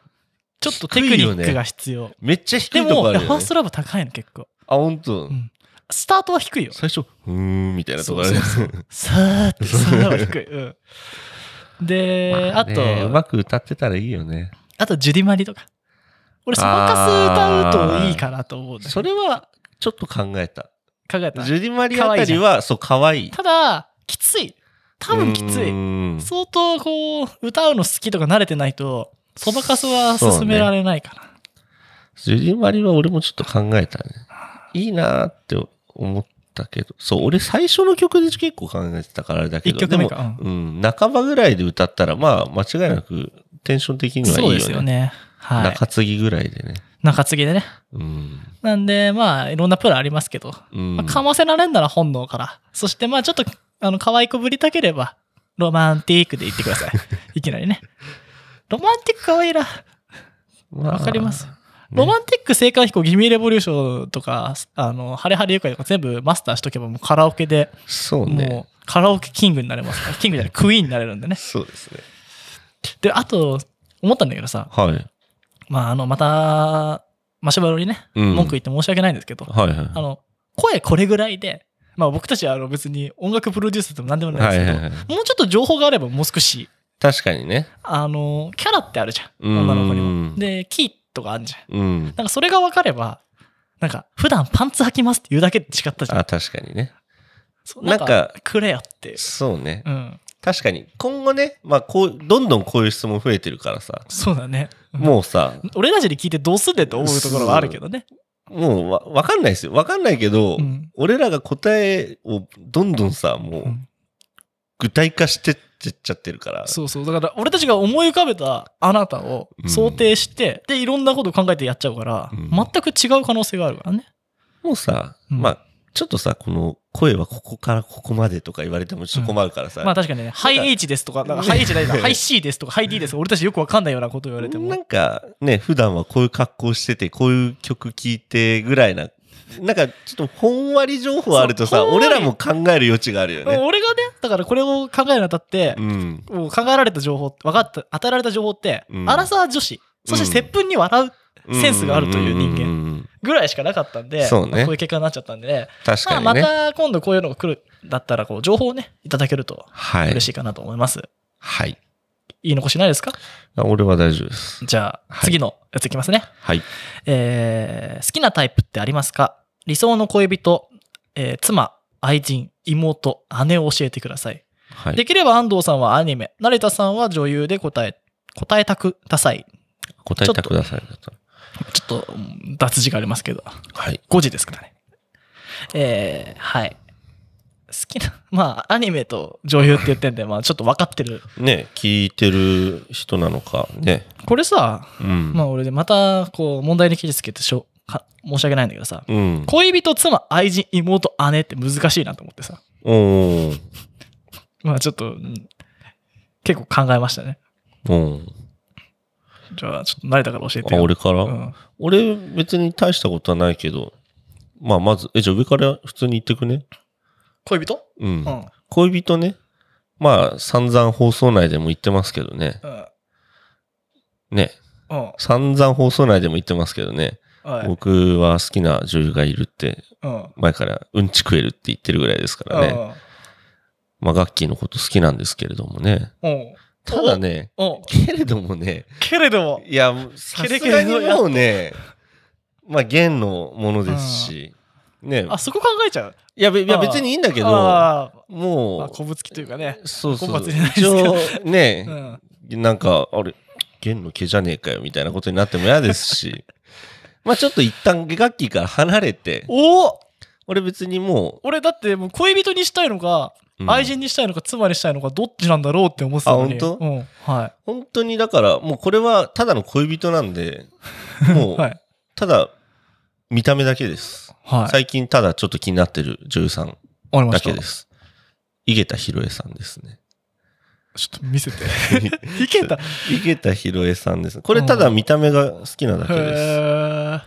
ちょっとテクニックが必要。
めっちゃ低
で
いとこ
も、
あ
いや
る
ファ
よ
ー
ね
ス。トラブ高いの結構。
あ、ほんと
うん。スタートは低いよ。
最初、うーん、みたいなとこある。
そうさーって、スタートは低い。うん。で、
ま
あ
あ ねう
と、
まく歌ってたらいいよね。
あとジュディマリとか。俺、そばかす歌うといいかなと思うんだけ
そ
ど。
れは、ちょっと考えた。
考えた。
ジュディ・マリあたりは、そう、可愛い。
ただ、きつい。多分きつ
う
い。
ーん
相当こう、歌うの好きとか慣れてないと、そばかすは勧められないかな。
ジュディ・マリは俺もちょっと考えたね。いいなーって思っったけど、そう、俺最初の曲で結構考えてたからあれだけど、
一曲目
でも
か。うん
うん、半ばぐらいで歌ったら、まあ、間違いなくテンション的にはいい
そ
よ
う
ね。
ですよね。はい。
中継ぎぐらいでね。
中継ぎでね。
うん。
なんで、まあ、いろんなプランありますけど、
うん。
まあ、かませられんなら本能から。そして、まあ、ちょっと、あの、可愛くぶりたければ、ロマンティークで言ってく ださい。いきなりね。ロマンティック可愛いな。
まあ
わかります。ロマンティック、青函飛行、ギミーレボリューションとか、あの、ハレハレ愉快とか全部マスターしとけば、もうカラオケで、
そうね。
もう、カラオケキングになれますから。キングじゃない、クイーンになれるんでね。
そうですね。
で、あと、思ったんだけどさ、
はい。
まあ、あの、また、マシュマロにね、
うん
文句言って申し訳ないんですけど、
はいはい。
あの、声これぐらいで、まあ僕たちはあの別に音楽プロデューサーでも何でもない
は
で
い
すけ
は
ど、
いはい。
もうちょっと情報があればもう少し、
確かにね。
あの、キャラってあるじゃん。
うん
女の子にも。で、キーとかあるじゃん。
うん。
なんかそれが分かれば、なんか普段パンツ履きますって言うだけで違ったじゃん
あ、。確かにね。
そうなん
なん
か
か、
くれよって。
そうね。
うん。
確かに。今後ね、まあ、こう、どんどんこういう質問増えてるからさ。
そうだね。うん
もうさ、
俺たちに聞いてどうすんねんと思うところはあるけどね。
もうわ、わかんないですよ。わかんないけど、
うん
俺らが答えをどんどんさ、もう
う、ん
具体化してってっちゃってるから。
そうそう。だから、俺たちが思い浮かべたあなたを想定して、で、いろんなことを考えてやっちゃうから、
うん
全く違う可能性があるからね。
もうさ、
うん
まあ、ちょっとさ、この声はここからここまでとか言われてもちょっと困るからさ。
まあ確かにね、ハイ H ですとか、なんかハイ H ない な、
ね
ハイ C ですとか、ハイ D ですとか、俺たちよくわかんないようなこと言われて
な
も。
んかね、普段はこういう格好してて、こういう曲聴いてぐらいな、なんかちょっとほんわり情報あると
そ
さ、
うほんわ
俺
り
らも考える余地があるよね。
俺がね、だからこれを考えるにあたって
う、ん。
もう考えられた情報、分かった、与えられた情報って
う、ん
アラサー女子、そして接吻に笑うセンスがあるという人間
間。
ぐらいしかなかったんで、
そうね
まあこういう結果になっちゃったんでね、
確
ま
か
あ
に
ま
ね。
た今度こういうのが来る、だったらこう情報をね、いただけると
は
嬉
い。
しいかなと思います。
はい。
言い残しないですか
あ俺は大丈夫です。
じゃあ、
はい
次のやついきますね。
はい。
えー好きなタイプってありますか理想の恋人、えー妻、愛人、妹、姉を教えてください。
はい。
できれば安藤さんはアニメ、成田さんは女優で答え、答えたください。
答えてください。
ちょっと、うん脱字がありますけど、
はい。
5時ですからね。えーはい。好きな、まあ、アニメと女優って言ってんで、まあ、ちょっと分かってる。
ね、聞いてる人なのか、ね。
これさ、
うん。
まあ、俺でまた、こう、問題に記事つけてしょ、か申し訳ないんだけどさ、
うん。
恋人、妻、愛人、妹、姉って難しいなと思ってさ。
おー
まあちょっと、うん結構考えましたね。
おー
じゃあ、ちょっと成田から教えて
あ、
よ。
俺から、
うん
俺、別に大したことはないけど、まあ、まず、え、じゃあ上から普通に言ってくね。
恋人
うん。
うん。
恋人ね。まあ、散々放送内でも言ってますけどね。
うん。
ね。
うん。
散々放送内でも言ってますけどね。
はい。
僕は好きな女優がいるって、
うん。
前からうんち食えるって言ってるぐらいですからね。
う
まあ、ガッキーのこと好きなんですけれどもね。
ん。うん。
ただね、
うん。
けれどもね、
けれども、
いや、さすがにもうね、まあ、弦のものですし、ね、
あそこ考えちゃう
いや、べいや
あー
別にいいんだけど、
あーまあ、
も
こぶつきというかね。
う、そうそ
小
う
松じゃない、ですけ
一
ど
応
う
ね、
ん。
なんか、あれ、弦の毛じゃねえかよみたいなことになっても嫌ですし、まあちょっと一旦ゲ楽器から離れて、
おお
俺別にも
俺だってもう恋人にしたいのか、
う、
愛
うん
人にしたいのか、妻にしたいのか、どっちなんだろうって思ってたのに。
あ本当
うん。は
本当にだから、もうこれはただの恋人なん で、も
い。
う、
はい。
ただ、見た目だけです。
はい。
最近ただちょっと気になってる女優さん
終わりま
だ
した
けで。す。井桁弘恵さんです ね。
ちょっと見せて。 いけた。
井桁弘恵さんです。これただ見た目が好きなだけです。
へー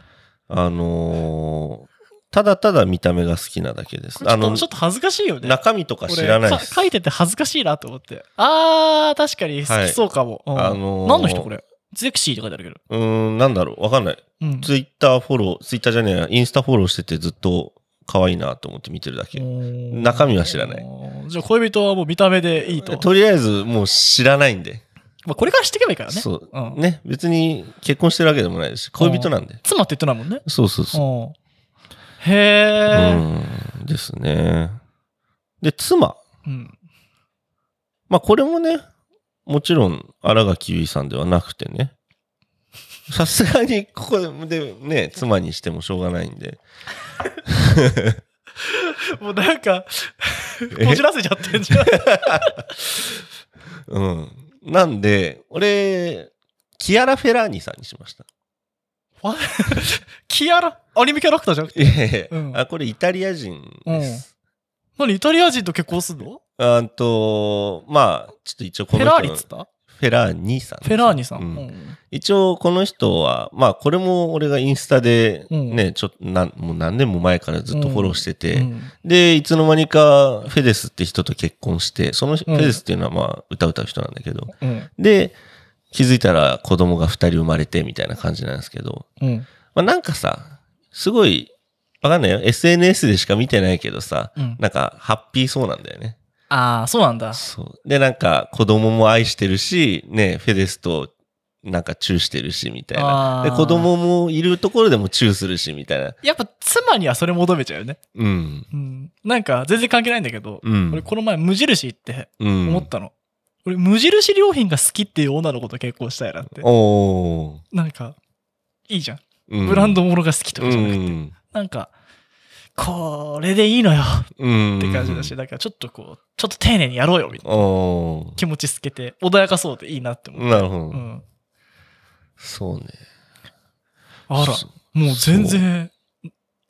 あのーただただ見た目が好きなだけで
こ
す。
れちょ
あ
っと
の
ちょ、っと恥ずかしいよね。
中身とか知らないで
俺
す
か。書いてて恥ずかしいなと思って。あー、確かに好きそうかも。うん
あのー
何の人これゼクシーって書いてあるけど。
うーん、なんだろう、わかんない。
うん。
ツイッターフォロー、ツイッターじゃねえや、インスタフォローしててずっと可愛いなと思って見てるだけ。中身は知らない
い。じゃあ恋人はもう見た目でいいと。
とりあえずもう知らないんで。
まあ、これからしていけばいいからね。
そう
う。ん
ね、別に結婚してるわけでもないですし、恋人なんで。
妻って言ってないもんね。
そうそうそう。
うんへー。
うん、ですね。で、妻。
うん。
まあこれもね、もちろん新垣結衣さんではなくてね、さすがに ここでね、妻にしてもしょうがないんで、
もうなんか、
え
こじらせちゃってんじゃん。
うん。なんで、俺、キアラ・フェラーニさんにしました。
わキアラアニメキャラクターじゃなくて。
いやいやいや
うん
あ、これイタリア人です。
何イタリア人と結婚すんの
あんと、まあ、ちょっと一応
フ
こ
ェ
の
ラー
人
リっ
の
つった
フェラーニさんです。
フェラーニさん。
うん
うん
一応この人は、まあこれも俺がインスタでね、ちょっとなんもう何年も前からずっとフォローしてて、
うん
で、いつの間にかフェデスって人と結婚して、そのフ
うん
ェデスっていうのはまあ歌歌う人なんだけど、
うん
で、気づいたら子供が二人生まれてみたいな感じなんですけど、
うん
まあなんかさ、すごい、わかんないよ。SNS でしか見てないけどさ、
うん
なんかハッピーそうなんだよね。
ああ、そうなんだ。
そう。で、なんか、子供も愛してるし、ね、フェデスと、なんか、チューしてるし、みたいな。
あー
で、子供もいるところでもチューするし、みたいな。
やっぱ妻にはそれ求めちゃうよね。
うん。
うんなんか全然関係ないんだけど、
うん。
俺この前無印行って
うん、
思ったの。俺無印良品が好きっていう女の子と結婚したいなって。
おー
なんか、いいじゃん。
うん。
ブランドものが好きと
う
かじゃなくて。
ん。
なんか、これでいいのよ
うん。
って感じだし、だからちょっとこう、ちょっと丁寧にやろうよみたいな
おー
気持ち透けて、穏やかそうでいいなって思う。
なるほど。
うん。
そうね。
あら、
そ
もう全然、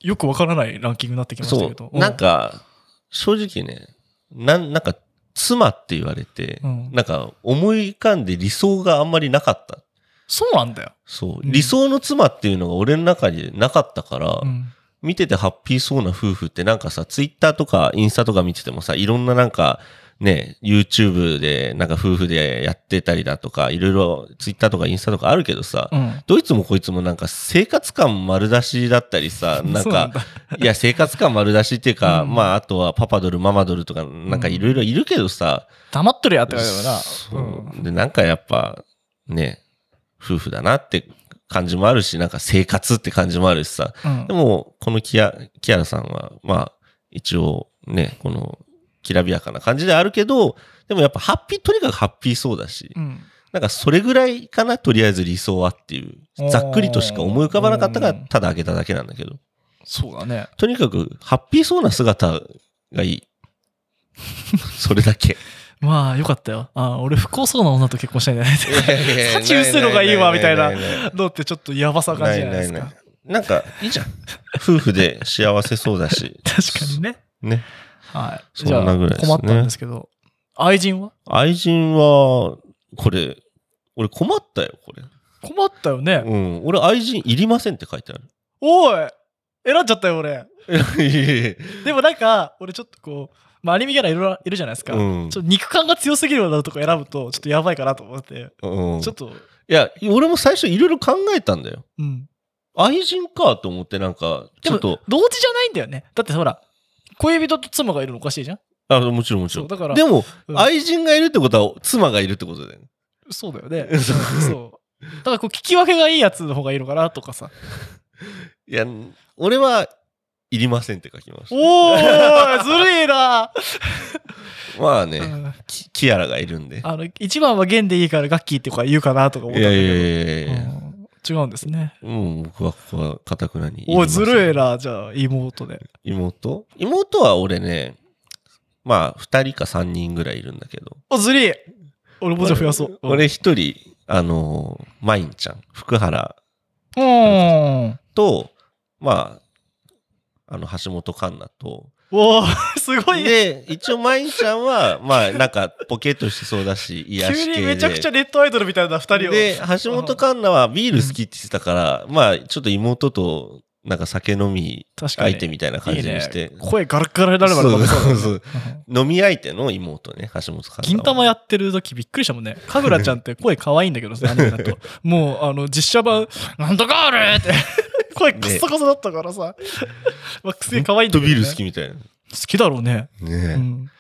よくわからないランキングになってきました
そ
けど。
う。なん、か、正直ね、なん、なんか、妻って言われて、
うん
なんか、思い浮かんで理想があんまりなかった。
そうなんだよ。
そう。
うん
理想の妻っていうのが俺の中になかったから、
うん
見ててハッピーそうな夫婦ってなんかさ、ツイッターとかインスタとか見ててもさ、いろんななんか、ね、YouTube でなんか夫婦でやってたりだとか、いろいろツイッターとかインスタとかあるけどさ、
うん。
どいつもこいつもなんか生活感丸出しだったりさ、なん
そうなん
か、
だ
いや生活感丸出しっていうか、
うん
まああとはパパドル、ママドルとかなんかいろいろいるけどさ、
黙っとるやって言われるな。
そう
うん
で、なんかやっぱ、ね、夫婦だなって感じもあるし、なんか生活って感じもあるしさ、
うん
でも、このキアキアラさんは、まあ、一応ね、この、きらびやかな感じであるけど、でもやっぱハッピー、とにかくハッピーそうだし、
うん
なんかそれぐらいかな、とりあえず理想はっていう、ざっくりとしか思い浮かばなかったから、
うん
ただあげただけなんだけど、
そうだね。
とにかくハッピーそうな姿がいい。それだ け。
まあ、よかったよ。あ俺、不幸そうな女と結婚したいんじゃないって。幸薄いのがいいわみたいな どうってちょっとやばさ感じじゃないですか。
ないないなん か、いいじゃん。夫婦で幸せそうだし、
確かにね。
ね。
はい。
そんなぐらいですね
じゃあ困ったんですけど。愛人は
愛人は、これ、俺困ったよ、これ。
困ったよね。
うん。俺、愛人いりませんって書いてある。
おい選んじゃったよ、俺。
え
でもなんか、俺ちょっとこう、まあ、アニメキャラいろいろいるじゃないですか。
うん
ちょっと肉感が強すぎるようなとこ選ぶと、ちょっとやばいかなと思って。
うん、
ちょっと、
いや、俺も最初いろいろ考えたんだよ。
うん。
愛人かと思って、なんか、ち
で
ょ
も
っと、、
同時じゃないんだよね。だってほら、恋人と妻がいるのおかしいじゃん
あ、もちろんもちろ
そ
ん。
う、だから。
でも、
うん
愛人がいるってことは、妻がいるってことだよね。
そうだよね。
うん
そう。だからこう聞き分けがいいやつの方がいいのかなと かさ。
いや、俺は、いりませんって書きまし
おーいずるいな、
た。まあ
う
ね、
ん
キキアラがいるんで。
あの、一番は弦でいいからガッキーって子が言うかなとか思っ
い
たんだ
や
けど。
いやいやいやいや、
うん違うんですね。
うん、僕はここは、かたくなにり
お
ま
い
せん。
ずるいなじゃあ妹で。
妹妹は俺ね、まあ、二人か三人ぐらいいるんだけど。
お、ずりい俺もうちょい増やそう。う ん
俺一人、あのー、マインちゃん、福原
うん。
と、まあ、あの、橋本環奈と。
おーすごいね。
で、一応マインちゃんは、まあ、なんか、ポケッとしそうだし、癒し
急
系で。
にめちゃくちゃネットアイドルみたいな二人を。
で、橋本環奈はビール好きって言ってたから、まあ、ちょっと妹と、なんか酒飲み
確かに。
相手みたいな感
いい
じに
ね
して。
声ガラッガラになるまで
そう
頑張った
そうそう。
うん
飲み相手の妹ね、橋本環奈は。
銀玉やってる時びっくりしたもんね。かぐらちゃんって声可愛いんだけど さ、アニメだと。もう、あの、実写版、なんとかあるって。声カッサカサだったからさ。まあ、すげえ可愛いん
と
だけど、ね。
ビール好きみたいな。
好きだろうね。う
ね
ん。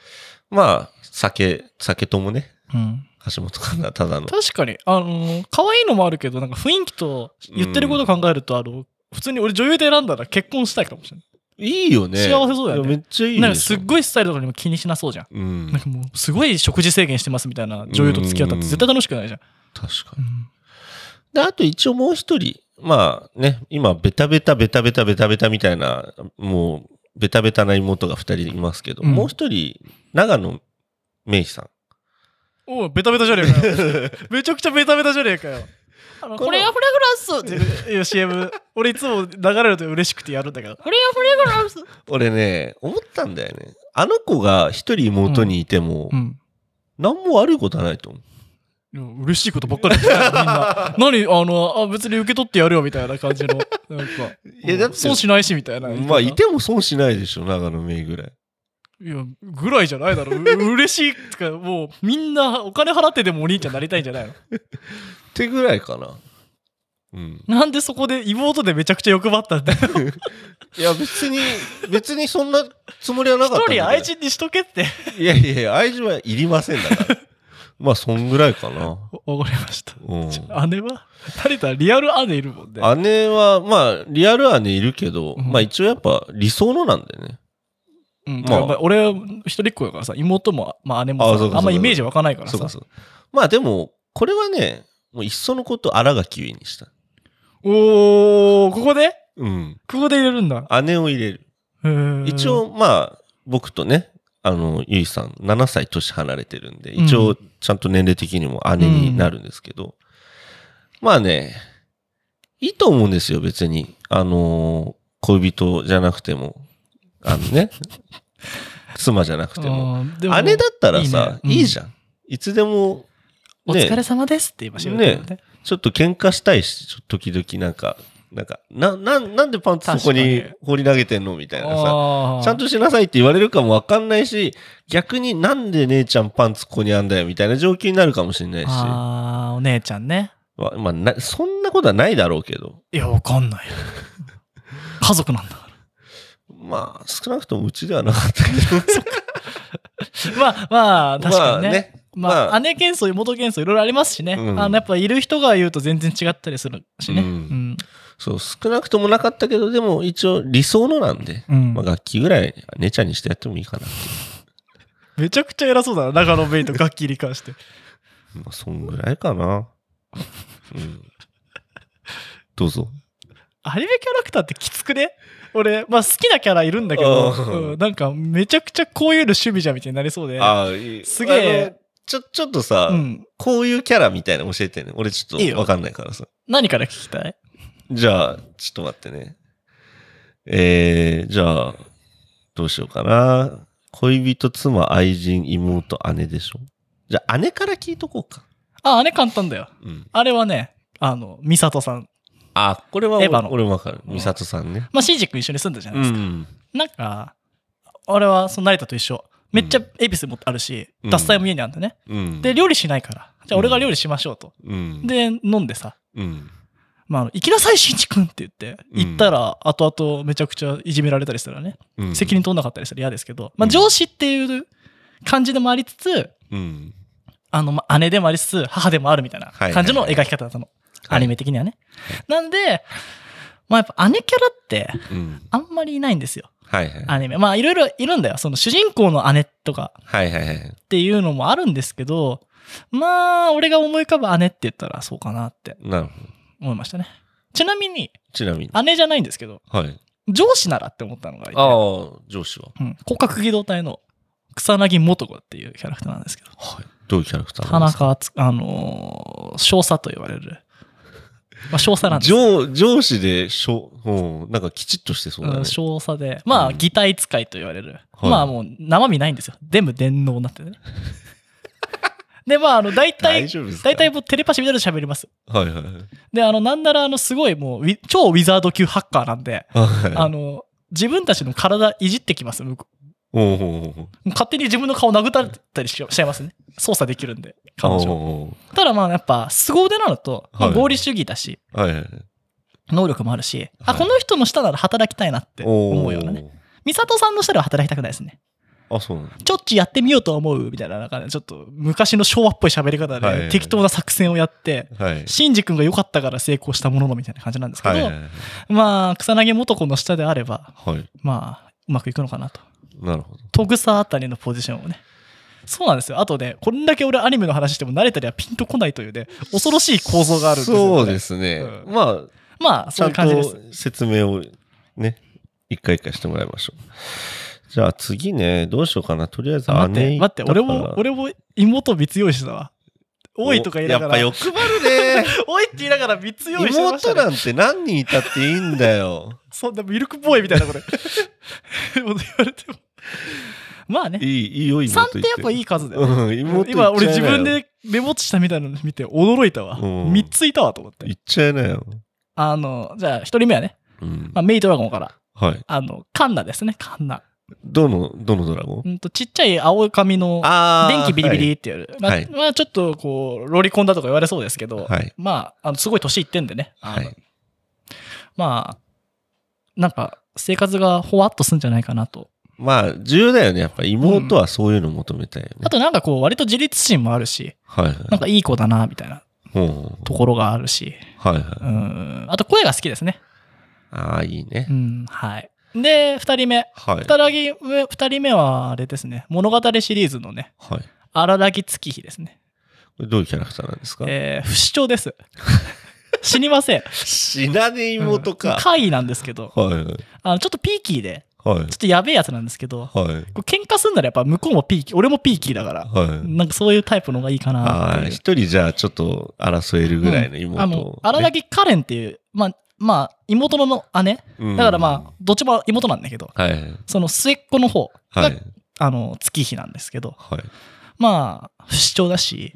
まあ、酒、酒ともね、
うん、
橋本環奈、ただの。
確かに、あのー可愛いのもあるけど、なんか雰囲気と言ってること考えると、あの、普通に俺女優で選んだら結婚したいかもしれない。
いいよね。
幸せそうだよね
いやめっちゃいい
なん
で
か
し
す
ょ
っごいスタイルとかにも気にしなそうじゃん。
うん
なん。かもう、すごい食事制限してますみたいな女優と付き合ったって絶対楽しくないじゃん。
確か
う
に。
ん
で、あと一応もう一人、まあね、今、ベタベタベタベタベタベタみたいな、もう、ベタベタな妹が2人いますけど、
うん
もう1人、長野芽衣さん。
おうベタベタじゃねえか よ。めちゃくちゃベタベタじゃねえかよ。あの
この
これがフラグランスっていう CM、俺いつも流れると嬉しくてやるんだけど。これがフラグランス
俺ね、思ったんだよね。あの子が1人妹にいても、
うん。
何も悪いことはないと思う。
いや嬉しいことばっかり言ってるよみんな。何あのあ、別に受け取ってやるよみたいな感じの。なんか。
いやだって
そうしないしみたいな。
まあ、いても損しないでしょ、長野芽衣ぐらい。
いや、ぐらいじゃないだろ。う嬉しいってか、もう、みんなお金払ってでもお兄ちゃんなりたいんじゃないの
ってぐらいかな。うん。
なんでそこで妹でめちゃくちゃ欲張ったんだよ。
いや、別 に、別にそんなつもりはなかった
一
んだけど
人愛人にしとけって。
いやいやいや、愛人はいりませんだ から。まあ、そんぐらいかな。
おわかりました。
うん。
姉は誰だリアル姉いるもんね。
姉は、まあ、リアル姉いるけど、
うん
まあ一応やっぱ理想のなんだよね。
うん、
まあ
まあ、俺は一人っ子だからさ、妹も、まあ、姉も
あそうかそう
さ
か
あんまイメージ湧かないから
そう
さ
か。そう。まあでも、これはね、もういっそのこと荒垣結衣にした。
おー、ここで
うん。
ここで入れるんだ。
姉を入れる。
へー
一、応、まあ、僕とね、あの、ゆいさん、7歳年離れてるんで、一
う
応、ちゃんと年齢的にも姉になるんですけど、まあね、いいと思うんですよ、別に。あのー恋人じゃなくても、あの ね、妻じゃなく
あ
ても。
ーでも
姉だったらさ、
いい
い
ね
い,、
うん
じゃん。いつでも、
お
ね
疲れ様ですって言いましたよね。
ちょっと喧嘩したいし、ちょ時々なんか、なんか、な、な、なんでパンツそこに
確か
放り投げてんのみたいなさ。
あー
ちゃんとしなさいって言われるかもわかんないし、逆になんで姉ちゃんパンツここにあんだよみたいな状況になるかもしれないし、ま
あーお姉ちゃんね。
あまあな、そんなことはないだろうけど、
いや、わかんない。 家族なんだか
まあ、少なくともうちではなかったけ
ら。まあ、まあ、
ど、
確
ま
か
あ
にね。
ね、
まあ、姉幻想、妹幻想、いろいろありますしね。
うん
あのやっぱいる人が言うと全然違ったりするしね。
うん
うん
そう、少なくともなかったけど、でも一応理想のなんで、
うん
まあ楽器ぐらい姉ちゃんにしてやってもいいかなって
めちゃくちゃ偉そうだな、長野ベイと楽器に関して。
いう。まあ、そんぐらいかな。うん。どうぞ。
アニメキャラクターってきつくね俺、まあ好きなキャラいるんだけど、
うん
うんなんかめちゃくちゃこういうの趣味じゃんみたいになりそうで。
ああ、いい
すげえ
あのちょ、ちょっとさ、
うん。
こういうキャラみたいなの教えてね。俺ちょ
いい
っと
よ
わかんないからさ。
何から聞きたい
じゃあ、ちょっと待ってね。えー、じゃあ、どうしようかな。恋人、妻、愛人、妹、姉でしょ。じゃあ、姉から聞いとこうか。
あ、あれ簡単だよ。
うん。
あれはね、あの、ミサトさん。
あ、これは
エヴァ
俺
の
俺もわかる。
うん
美里さんね。
まあ、シンジ君一緒に住んだじゃないうですか。
ん。
なんか、俺はその成田と一緒。めっちゃ恵比寿もあるし、
うん
脱菜も家にあるんだね。
うん。
で、料理しないから。じゃあ俺が料理しましょうと。
うん。
で、飲んでさ。
うん。
まああの、行きなさい、しんちくんって言って、
うん
行ったら、後々めちゃくちゃいじめられたりしたらね、
うん。
責任取んなかったりしたら嫌ですけど、ま
う
あ、
ん
上司っていう感じでもありつつ、
うん。
あの、まあ、姉でもありつつ、母でもあるみたいな
はいはい
感じの描き方だったの。
はい
アニメ的にはね。なんで、まあ、やっぱ姉キャラって、
うん。
あんまりいないんですよ。
はいはい。
アニメ。まあ、いろいろいるんだよ。その主人公の姉とか
はいはいはい。
っていうのもあるんですけど、まあ、俺が思い浮かぶ姉って言ったらそうかなって
なるほど。
思いましたね。ちなみに、
ちなみに。
姉じゃないんですけど、
はい。
上司ならって思ったのがいて
ああ、上司は。
うん、骨格機動隊の草薙素子っていうキャラクターなんですけど、
はい。どういうキャラクター
田
なんですか
中敦あのー少佐と言われる、まあ、少佐なんです
上、上司でしょ、うん、なんかきちっとしてそうだね。
うん少佐で、ま
う
あ、
ん
擬態使いと言われる。
はい
まあ、もう、生身ないんですよ。全部電脳になって てね。で、まあ、あの、大
大
体、
丈夫ですか
大体もうテレパシーみたいなの喋ります。
はいはい。
で、あの、なんなら、あの、すごいもうウィ、超ウィザード級ハッカーなんで、
は
あ
い。
の、自分たちの体いじってきます、向こ
お
う
うおうおう
勝手に自分の顔殴ったりしちゃいますね。操作できるんで、彼女。
おうおう
ただまあやっぱ、凄腕なのと、まあ
はい
合理主義だし、
はいはいはい。
能力もあるし、あ、
はい
この人の下なら働きたいなって思うようなね。
ね。
美里さんの下では働きたくないですね。
あ、そうなんだ
ちょっちやってみようと思うみたいな、なんかね、ちょっと昔の昭和っぽい喋り方
はいはいは
で
い
適当な作戦をやって、
はい。
シンジ君が良かったから成功したもののみたいな感じなんですけ
はい
ど、
はいはい。
まあ、草薙素子の下であれば、
はい。
まあ、うまくいくのかなと。
なるほど。
トグサあたりのポジションをね。そうなんですよ。あとね、こんだけ俺アニメの話しても慣れたりはピンとこないというね、恐ろしい構造があるんですよ、。
そうですすね。
う
まあ、
まあ、
ち
そ
ゃ
うい
ん
う感じです。
と説明をね、一回一回してもらいましょう。じゃあ次ね、どうしようかな。とりあえず
待っ
姉
て、
行っ
待って、
た
俺
か
も
ら、
俺も妹3つ用意してたわ。多いとか言いながら、
やっぱ欲 張るね。
多いって言いながら3つ用意してました、
妹
ね。
なんて何人いたっていいんだ よ。
そんなミルクボーイみたいなこと。言われても。まあね
い。い、いいよ、妹
3ってやっぱい
い。
い数だよね。
うん、妹
今俺
言っち
自
ゃいなよ
分。でメモしたみたいなの見て驚いたわ。
うん
3ついたわと思って
言。っちゃいなよ。
あの、じゃあ1人目はね、
うん
まあ、。メイドラゴンから、
はい。
あの、カンナですね、カンナ。
どの、どのドラゴン
うんと、ちっちゃい青髪の
あ
電気ビリビ
は
リ
い。
ってやる。
はい
まあ、まあちょっとこう、ロリコンだとか言われそうですけど、
はい
まあ、あのすごい年いってんでね。あの
はい
まあ、なんか、生活がほわっとすんじゃないかなと。
まあ、重要だよね。やっぱ妹はそういうの求めたいよね。
あとなんかこう、割と自立心もあるし、
はいはい。
なんかいい子だな、みたいな
うん
ところがあるし、
はいはい。
うん。あと声が好きですね。
ああ、いいね
う。ん、はい。で、二人目。
はい。
二人目、二人目はあれですね。物語シリーズのね、
はい。こ
荒らぎ月日ですね。
れどういうキャラクターなんですか
えー不死鳥です。死にません。
死なねえ妹か。
怪異なんですけど、
はいはい。
あのちょっとピーキーで、
はい
ちょっとやべえやつなんですけ
は
ど、
い。
こう喧嘩すんならやっぱ向こうもピーキー、俺もピーキーだから、
はい。
なんかそういうタイプの方がいいかなっ
あ
て
あ、
いう。
一人じゃあちょっと争えるぐらいの
うん
妹
あ
を
の、荒
ね
垣カレンっていう、まあ、まあ、妹の姉だからまあ、どっちも妹なんだけど、
あ。はい。
その末っ子の方が、
はい。
あの、月日なんですけど、
はい。
まあ、不死鳥だし、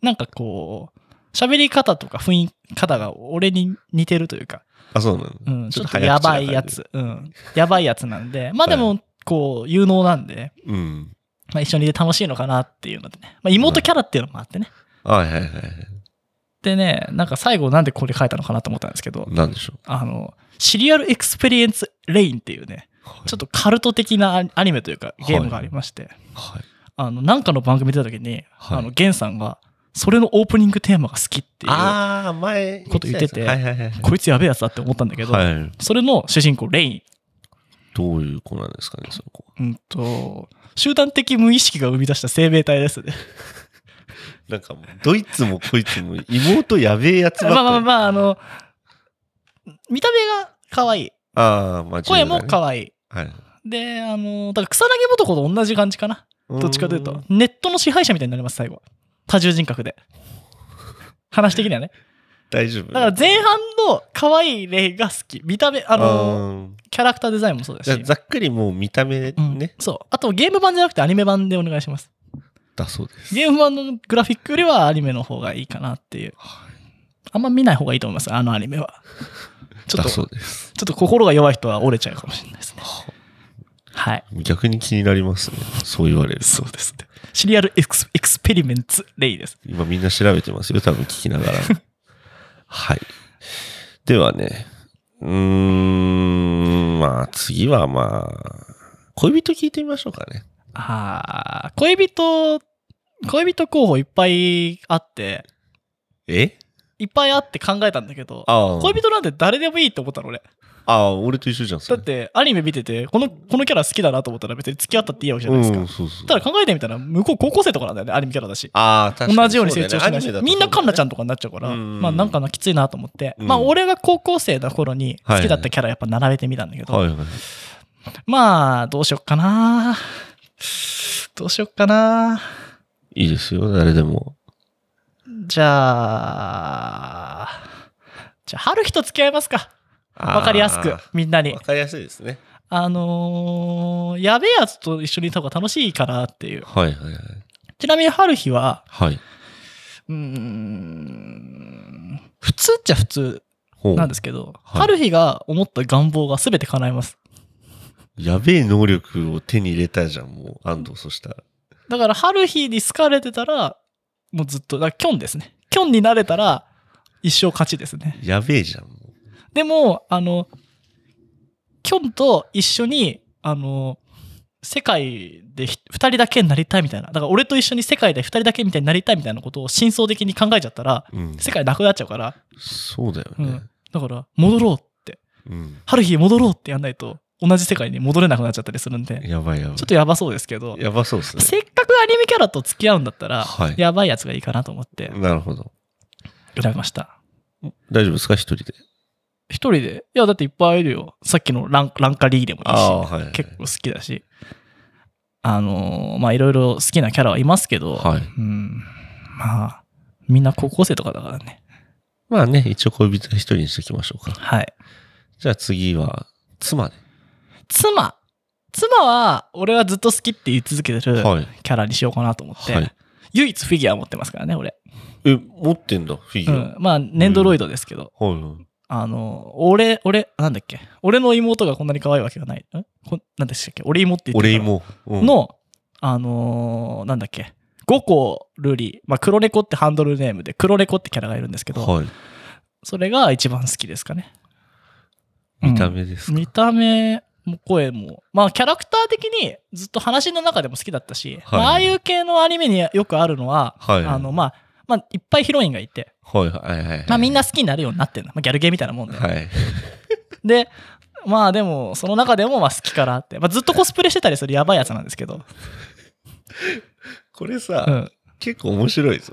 なんかこう、喋り方とか雰囲気方が俺に似てるというか、
あ、そうなん
う
だ。
ん、ちょっと
早
や
口な
ば
感じ
いや。つ、うん、やばいやつなんで、まあでも、こう、有能なんで、
うん。
まあ一緒にいて楽しいのかなっていうのでね、まあ妹キャラっていうのもあってね。
はいはいはい。
でね、なんか最後なんでこれ書いたのかなと思ったんですけど、
なんでしょう。
あの、シリアルエクスペリエンスレインっていうね、ちょっとカルト的なアニアニメというかゲームがありまして、
はい。
あの、なんかの番組出た時に、
はい
あの、ゲンさんが、それのオープニングテーマが好きっていう、
ああ、前。
こと言ってて
はいはいはい。
こいつやべえやつだって思ったんだけど、
はい。
それの主人公、レイ
どういう子なんですかね、その子。
ン。うんと、集団的無意識が生み出した生命体ですね。
なんかもう、ドイツもこいつも妹やべえやつばっ
ま
か
あ
り。
まあまあ、あの、見た目が可愛い。
ああ、まあ、
声も可愛い。
愛い。
で、あの、だから草薙元子と同じ感じかな。どっちかというと。ネットの支配者みたいになります、最後。多重人格で。話的にはね。
大丈夫。
だから前半の可愛いレイが好き。見た目、あの、
うん
キャラクターデザインもそうだ
じゃあ
し。
ざっくりもう見た目
うん
ね、
そう。あとゲーム版じゃなくてアニメ版でお願い します。
だそうです。
ゲーム版のグラフィックよりはアニメの方がいいかなっていう。あんま見ない方がいいと思います、あのアニメは。ちょ
だ
っと、ち
そ
ょ
うです。
っと心が弱い人は折れちゃうかもしれないですね。はい。
逆に気になりますね。そう言われると。
そうですね。シリアルエクスエクスペリメンツレイです。
今みんな調べてますよ。多分聞きなが ら。はい。ではね。うーん、まあ次はまあ、恋人聞いてみましょうかね。
ああ、恋人、恋人候補いっぱいあって、
え
いっぱいあって考えたんだけど、
ああ。
恋人なんて誰でもいいと思ったの俺。
ああ、俺と一緒じゃん。そ
だ
れ
ってアニメ見てて、この、このキャラ好きだなと思ったら別に付き合ったっていいわけじゃないですか。
うん、そうそう。
ただ考えてみたら、向こう高校生とかなんだよね、アニメキャラだし。
ああ、確かに
同じように成長しないし、みんなカンナちゃ
ん。
んとかになっちゃうから、
うん
まあなんかなきついなと思って、
うん
まあ俺が高校生の頃に好きだったキャラやっぱ並べてみたんだけど、
はいはい。
まあどうしよっかなどうしよっかない
いですよ、誰でも。
じゃあ、じゃあ春日と付き合いますか。わかりやすく
あ、
みんな
ー
に
わ。かりやすいですね。
あのー、やべえやつと一緒にいた方が楽しいかなっていう。
はいはいはい。
ちなみに春日は、
はい。
うーん、普通っちゃ普通
ほう
なんですけど、
はい
春日が思った願望が全て叶えます。
やべえ能力を手に入れたじゃん、もう、安藤、そしたら。
だから、春日に好かれてたら、もうずっと、だからキョンですね。キョンになれたら、一生勝ちですね。
やべえじゃん、もう。
でも、あの、キョンと一緒に、あの、世界でひ二人だけになりたいみたいな。だから俺と一緒に世界で二人だけみたいになりたいみたいなことを真相的に考えちゃったら、
うん、
世界なくなっちゃうから、
そうだよ
う
ね
ん。だから、戻ろうって。
うん。
春日へ戻ろうってやんないと、同じ世界に戻れなくなっちゃったりするんで、
やばいやばい。
ちょっとやばそうですけど、
やばそうですね。
せっかくアニメキャラと付き合うんだったら、
はい
やばいやつがいいかなと思って
なるほど。
選びました。
大丈夫ですか、一人で。
一人でいや、だっていっぱいいるよ。さっきのランランカリーでもいいし、
あーはいはい
結構好きだし。あのーまあいろいろ好きなキャラはいますけど、
はい
うん、まあ、みんな高校生とかだからね。
まあね、一応恋人は一人にしときましょうか。
はい。
じゃあ次は、妻で。
妻妻は、俺はずっと好きって言い続けてる
はい。
キャラにしようかなと思って、
はい。
唯一フィギュア持ってますからね、俺。
え、持ってんだ、フィギ
う
ュ
ん、まあ、ネンドロイドですけど、
ア。はいはい。
あの、俺、俺、なんだっけ、俺の妹がこんなに可愛いわけがない。んこんなんでしたっけ俺妹って言って
俺
るから
芋。うん、
の、あのーなんだっけ、五個ルリ、まあ、黒猫ってハンドルネームで、黒猫ってキャラがいるんですけど、
はい。
それが一番好きですかね。
見た目です
うん
か。
見た目も声も。まあ、キャラクター的にずっと話の中でも好きだったし、
はい
まあ、ああいう系のアニメによくあるのは、
はい。
あの、まあ、まあ、いっぱいヒロインがいて、
はいはいはいはい。
まあ、みんな好きになるようになってるの。まあ、ギャルゲーみたいなもんで。
はい。
で、まあでも、その中でもまあ好きかなって。まあ、ずっとコスプレしてたりするやばいやつなんですけど。
これ
う
さ、
ん
結構面白いぞ。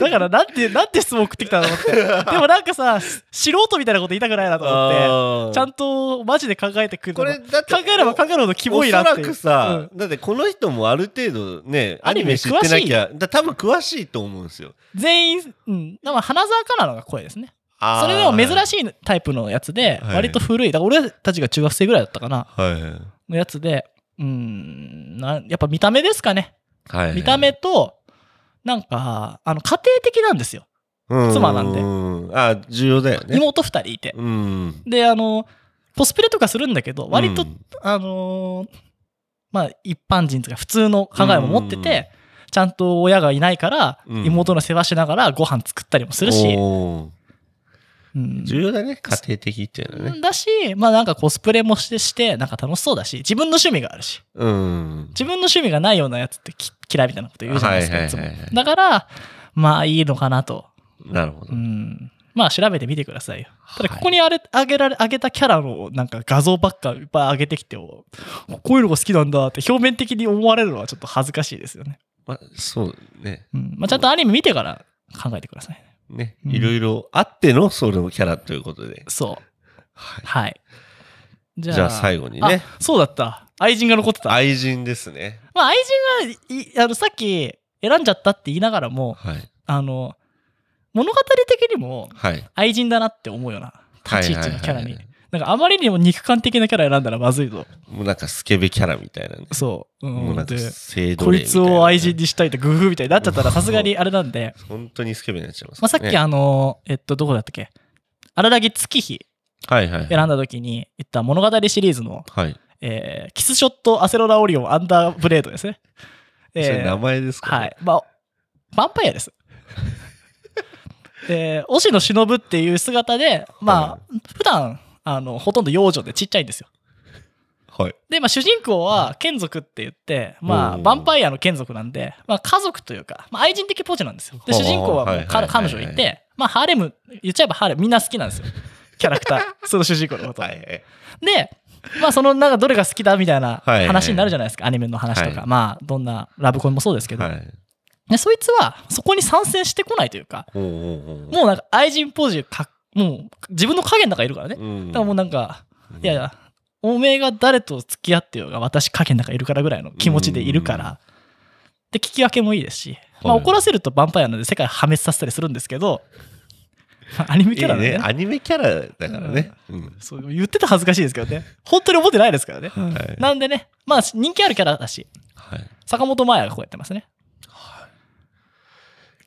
だから、なんて、なんて質問送ってきたの って。でもなんかさ、素人みたいなこと言いたくないなと思っ
あ
て、
ー
ちゃんとマジで考えてくるの
こ
が
れ、だって、
考えれば考えるほどキモいなっていう。
おそらくさ、
う
だってこの人もある程度ね、
ア
ア
ニ
ニ
メ
メ知ってなき
詳
ゃ、だ多分詳しいと思うんですよ。
ん全員、うん。だから花澤香菜のが声ですね。
あー
それでも珍しいタイプのやつで、
はい
割と古い。だから俺たちが中学生ぐらいだったかな、
はいはい。
のやつで、うん、なやっぱ見た目ですかね。
はい
見た目と、なんか、あの、家庭的なんですよ。妻なんで
で。あ重要だよね。
妹二人いて。
うん。
で、あの、コスプレとかするんだけど、割と、
うん
あのーまあ、一般人とか普通の考えも持ってて、ちゃんと親がいないから、
うん
妹の世話しながらご飯作ったりもするし、
おー
うん
重要だね、家庭的っていうのはね。
だし、まあなんかコスプレもしてして、なんか楽しそうだし、自分の趣味があるし、
うん。
自分の趣味がないようなやつってき嫌いみたいなこと言うじゃないですか、
はい
いつ
はいはいはい
も。だから、まあいいのかなと。
なるほど
う。ん。まあ調べてみてくださいよ。ただ
はい
ここにあれ、あげられ、あげたキャラのなんか画像ばっかいっぱいあげてきて、おこういうのが好きなんだって表面的に思われるのはちょっと恥ずかしいですよね。
まあ、そうね。
うん。まあちゃんとアニメ見てから考えてくださいね。
ね。
うん
いろいろあってのそのキャラということで。
そう。
はい
はい。じ
じゃあ最後にね。
あそうだった。愛人が残ってた。
愛人ですね。
まあ愛人がい、あの、さっき選んじゃったって言いながらも、
はい。
あの、物語的にも
はい。
愛人だなって思うような立ち位置のキャラ
はいはいはい
に
はい。
なんかあまりにも肉感的なキャラ選んだらまずいぞ。
もうなんかスケベキャラみたいなね。
そう。う、
もうんなんか
で、
性奴
こ
隷
い
みた
つ
なね
を愛人にしたいとグフみたいになっちゃったらさすがにあれなんで、
本当にスケベになっちゃいます、ね。
まあ、さっき
は、
あの、えっと、どこだったっけ荒らぎ月日
はいはい。
選んだ時に言った物語シリーズの、
はい。
えーキスショットアセロラオリオンアンダーブレードですね。
それ
え
名
ー、
前ですか、
は。い。まあ、ヴァンパイアです。で、押野忍っていう姿で、まあ、普段、あの、ほとんど幼女でちっちゃいんですよ。
はい。
で、まあ、主人公は眷属って言って、まあ、
お
ヴ
ー
ァンパイアの眷属なんで、まあ、家族というか、まあ、愛人的ポジなんですよ。で、主人公
は
はもう
いはいはいは
彼
い
彼女いて、まあ、ハーレム、言っちゃえばハーレム、みんな好きな んですよ。キャラクター、その主人公のこと。
はい。
で、まあ、その、なんか、どれが好きだみたいな
はいはい
話になるじゃないですか、アニメの話とか。
は
まあ、どんなラブコンもそうですけど。
はい。
で、そいつは、そこに参戦してこないというか、
おうおうおう
もうなんか、愛人ポジか、もう、自分の影の中にいるからね。
うん
だからもうなんか、
うん
いやいや、おめえが誰と付き合ってようが私影の中いるからぐらいの気持ちでいるから、
うん
で、聞き分けもいいですし、まあ
はい
怒らせるとヴァンパイアなので世界破滅させたりするんですけど、 まあアニメキャラな
い
んで
いね。
ね
アニメキャラだからね。うん。
そう言ってたら恥ずかしいですけどね、本当に思ってないですからね。
はい
なんでね、まあ人気あるキャラだし、
はい。
坂本真綾がこうやってますね。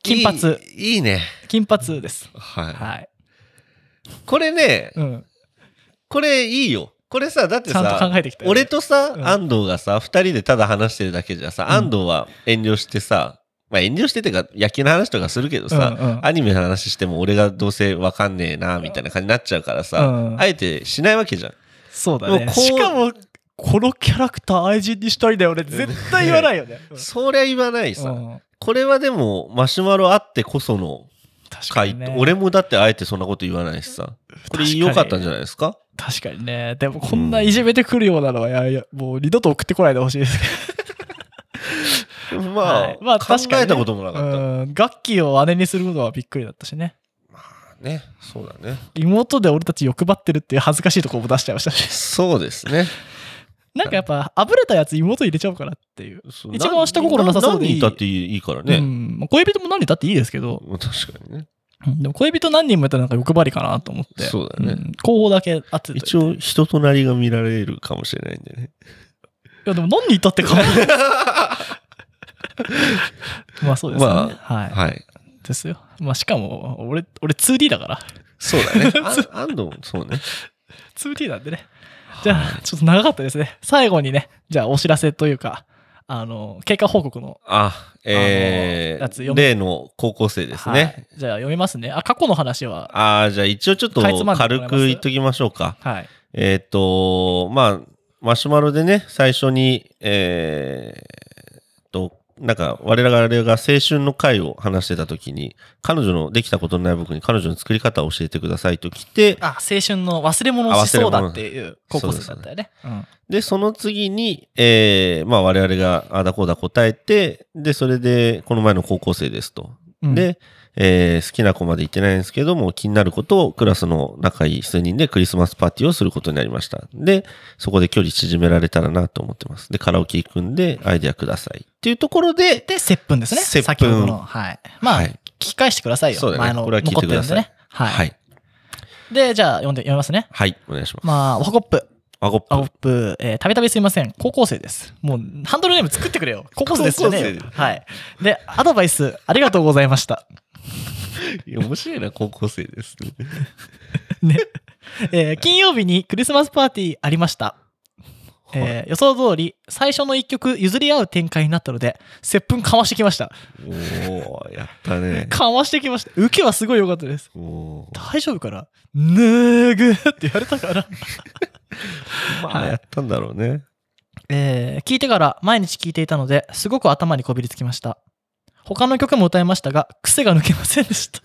金髪
いい。いいね。
金髪です。
は
はい。
い。これね、
うん。
これいいよ。これさ、だって
ちゃんと
さ
考えてきた、よ
俺とさ
う、ん
安藤がさ、二人でただ話してるだけじゃさ、安藤は遠慮してさ、まあ遠慮しててか、野球の話とかするけどさ、
うんうん
アニメの話しても俺がどうせわかんねえな、みたいな感じになっちゃうからさ、
うん
あえてしないわけじゃん。
そうだ
もう
ね。
こう
しかも、このキャラクター愛人にしたいんだよね。絶対言わないよね。 うん
そりゃ言わないさ。
うん
これはでも、マシュマロあってこその
確か
回
に、ね。
俺もだってあえてそんなこと言わないしさ。これ良かったんじゃないですか
確かにね。でもこんないじめてくるようなのは、いやいや、もう二度と送ってこないでほしいですね。
まあ、
はいまあ
考
確かにね
えたこともなかった。
うん。楽器を姉にすることはびっくりだったしね。
まあね。そうだね。
妹で俺たち欲張ってるっていう恥ずかしいところも出しちゃいま したし
そうですね。
なんかやっぱあぶれたやつ妹入れちゃおうかなっていう、
そう
一番下心なさそうでい
何
い
人いたっていいいいから
う
ね。
んまあ恋人も何人だっていいですけど、
まあ確かにね。
うんでも恋人何人もやったらなんか欲張りかなと思って
そうだね
ん候補だけ当てて
一応、人となりが見られるかもしれないんでね。
いやでも何人いたってか まあそうですよね、はい、
はい。
ですよまあしかも俺俺 2D だから
そうだ ね。あ安藤もそうね。
2D なんでねじゃあちょっと長かったですね最後にねじゃあお知らせというかあの経過報告の
あ、え
あのやつ
ー、
読む
例の高校生です
は
ね
い。じゃあ読みますねあ過去の話は
ああ、じゃあ一応ちょっと
かいつまんでもら
軽
えます
く言っときましょうか。
はい
えっ、と、まあ、マシュマロでね、最初に、えー、と、なんか、我々が青春の会を話してた時に、彼女のできたことのない僕に彼女の作り方を教えてくださいと来て、
あ青春の忘れ物をしそうだっていう高校生だったよねうん
で、その次に、えー、まあ我々があだこうだ答えて、で、それで、この前の高校生ですと。
うん
で、えー好きな子まで行ってないんですけども、気になることをクラスの仲いい数人でクリスマスパーティーをすることになりました。で、そこで距離縮められたらなと思ってます。で、カラオケ行くんで、アイデアください。っていうところで、
で接吻ですね
接吻
先ほどのはいまあ、
はい
聞き返してくださいよ
そうだね
前の
これは聞いてください
残ってるんでねはい、
はい。
でじゃあ読んで読みますね
はい、お願いします。
まあワコップ
ワゴップ
ワコップ、えーたびたびすいません高校生ですもうハンドルネーム作ってくれよ 高校生ですよね
高校
はいでアドバイスありがとうございました
いや面白いな、高校生です。
ね、えー金曜日にクリスマスパーティーありました、えー予想通り最初の一曲譲り合う展開になったので接吻かましてきました
おー、やったね。
かましてきました受けはすごい良かったです
おー
大丈夫かなぬぐーって言われたから、
まあ、やったんだろうね。
えー聞いてから毎日聞いていたのですごく頭にこびりつきました他の曲も歌いましたが癖が抜けませんでした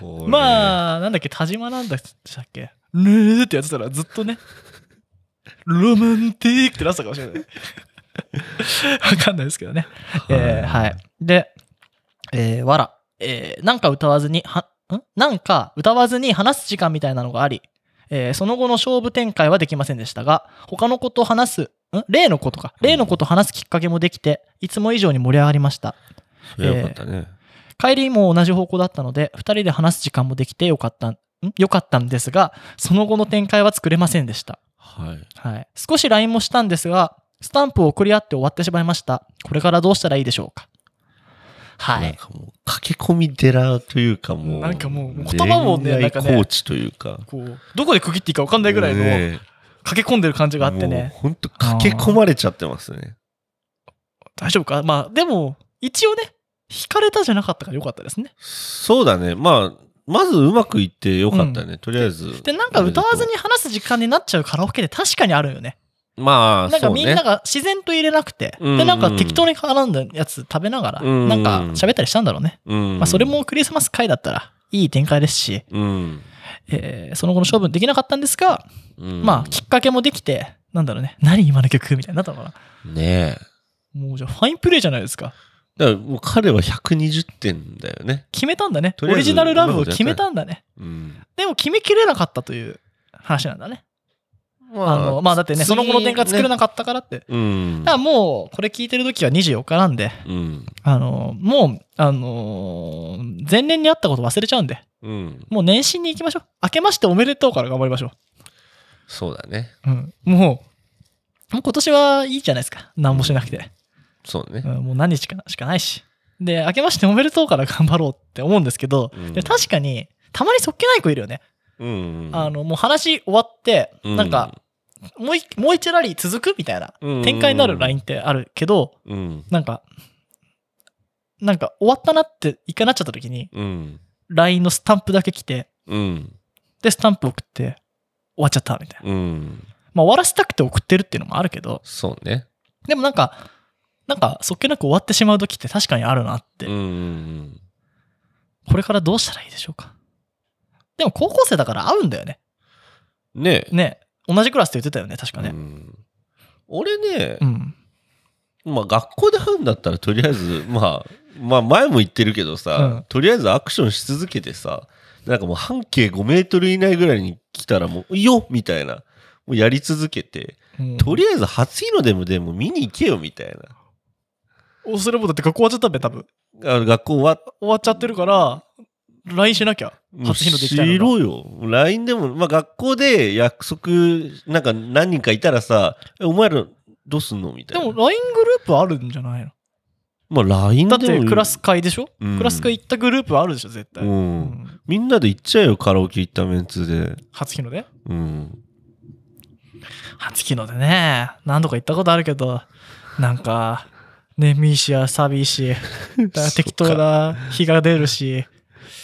あ、
まあ、なんだっけ、田島なんだしたっけ。ねーってやってたらずっとね、ロマンティックってなってたかもしれない。わかんないですけどね。えーはい。で、えーわら。えーなんか歌わずに、は、んなんか歌わずに話す時間みたいなのがあり、えーその後の勝負展開はできませんでしたが、他の子と話す、ん例のことか。例のこと話すきっかけもできて、いつも以上に盛り上がりました。
それはよかったね。
帰りも同じ方向だったので2人で話す時間もできてよかったんよかったんですがその後の展開は作れませんでした、
はい。
はい、少し LINE もしたんですがスタンプを送り合って終わってしまいましたこれからどうしたらいいでしょうかは
なん
い
かもう、駆け込み寺というかもう、
なんかもう言葉もね
恋
なん
愛
か
コ
ね
ーチというか。
こうどこで区切っていいか分かんないぐらいの
ね
駆け込んでる感じがあって
も
ね
うほんと駆け込まれちゃってますね。
大丈夫かまあでも一応ね引かれたじゃなかったからよかったですね
そうだね。まあ、まずうまくいってよかったね。とりあえず。
でなんか歌わずに話す時間になっちゃうカラオケで確かにあるよね
まあ、
なんか
そう
みん
ね
な。が自然と入れなくて、
うん
で、なんか適当に絡んだやつ食べながら、
うん
なんか喋ったりしたんだろうね。
うん
まあ、それ。もクリスマス会だったら、いい展開ですし、
うん。
えーその後の処分できなかったんですが、
うん
まあ、きっかけもできて、なんだろうね、何今の曲みたいになったのかな。
ねえ。
もうじゃあ、ファインプレーじゃないですか。
だからもう彼は120点だよね。
決めたんだね。
と
オ
りあえ
リ
ず
ジナルラブを決めたんだね。
うん。
でも、決めきれなかったという話なんだね。
ま
あの、まあ、だってね、その後の展開作れなかったからって。
うん
だか。らもう、これ聞いてる時は24日なんで、
うん。
あの、もう、あのー前年にあったこと忘れちゃうんで、
うん。
もう年始に行きましょう。明けましておめでとうから頑張りましょ
そうだね。
う。うん。もう、もう今年はいいじゃないですか。何もしなくて。
そう
う
ね。
ん、もう何日かしかないし。で、明けましておめでとうから頑張ろうって思うんですけど、
うん
で確かに、たまにそっけない子いるよね。
うん。
あの、もう話終わって、
うん
なんか、、もう一、もう一ラリー続くみたいな展開になるライ
ン。
ンってあるけど、
うん。
なんか、なんか終わったなって一回なっちゃった時に、
うん。
LINE のスタンプだけ来て、
うん。
で、スタンプ送って、終わっちゃったみたいな。
うん。
まあ、終わらせたくて送ってるっていうのもあるけど、
そうね。
でもなんか、なんか、そっけなく終わってしまう時って確かにあるなって、
うんうん
これからどうしたらいいでしょうか。でも、高校生だから会うんだよね。
うん。ねえ。
ね。同じクラスって言ってたよね、確か
う
ね。
ん俺ね
う、ん。
まあ学校で会うんだったらとりあえず、まあ、まあ前も言ってるけどさ、
うん
とりあえずアクションし続けてさ、なんかもう半径5メートル以内ぐらいに来たらもう、いいよみたいな。もうやり続けて、
うん
とりあえず初日の出もでも見に行けよみたい
おそれもだって学校終わっちゃったべ、多分。
な。あの学校終わっ
終わっちゃってるから、LINE しなきゃ。
もう
初日の出来たい
し
のが。
ろよ。LINE でも、まあ学校で約束、なんか何人かいたらさ、えお前らどうすんのみた
で
いな。
も LINE グループあるんじゃないの
まあ LINE で
だっ
も。
てクラス会でしょ、
うん
クラス会行ったグループあるでしょ、絶対。
う。
うんん
みんなで行っちゃえよ、カラオケ行ったメンツで。
初日の出
うん。
初日の出ね。何度か行ったことあるけど、なんか、眠いし、寂 しい。だから適当な日が出るし。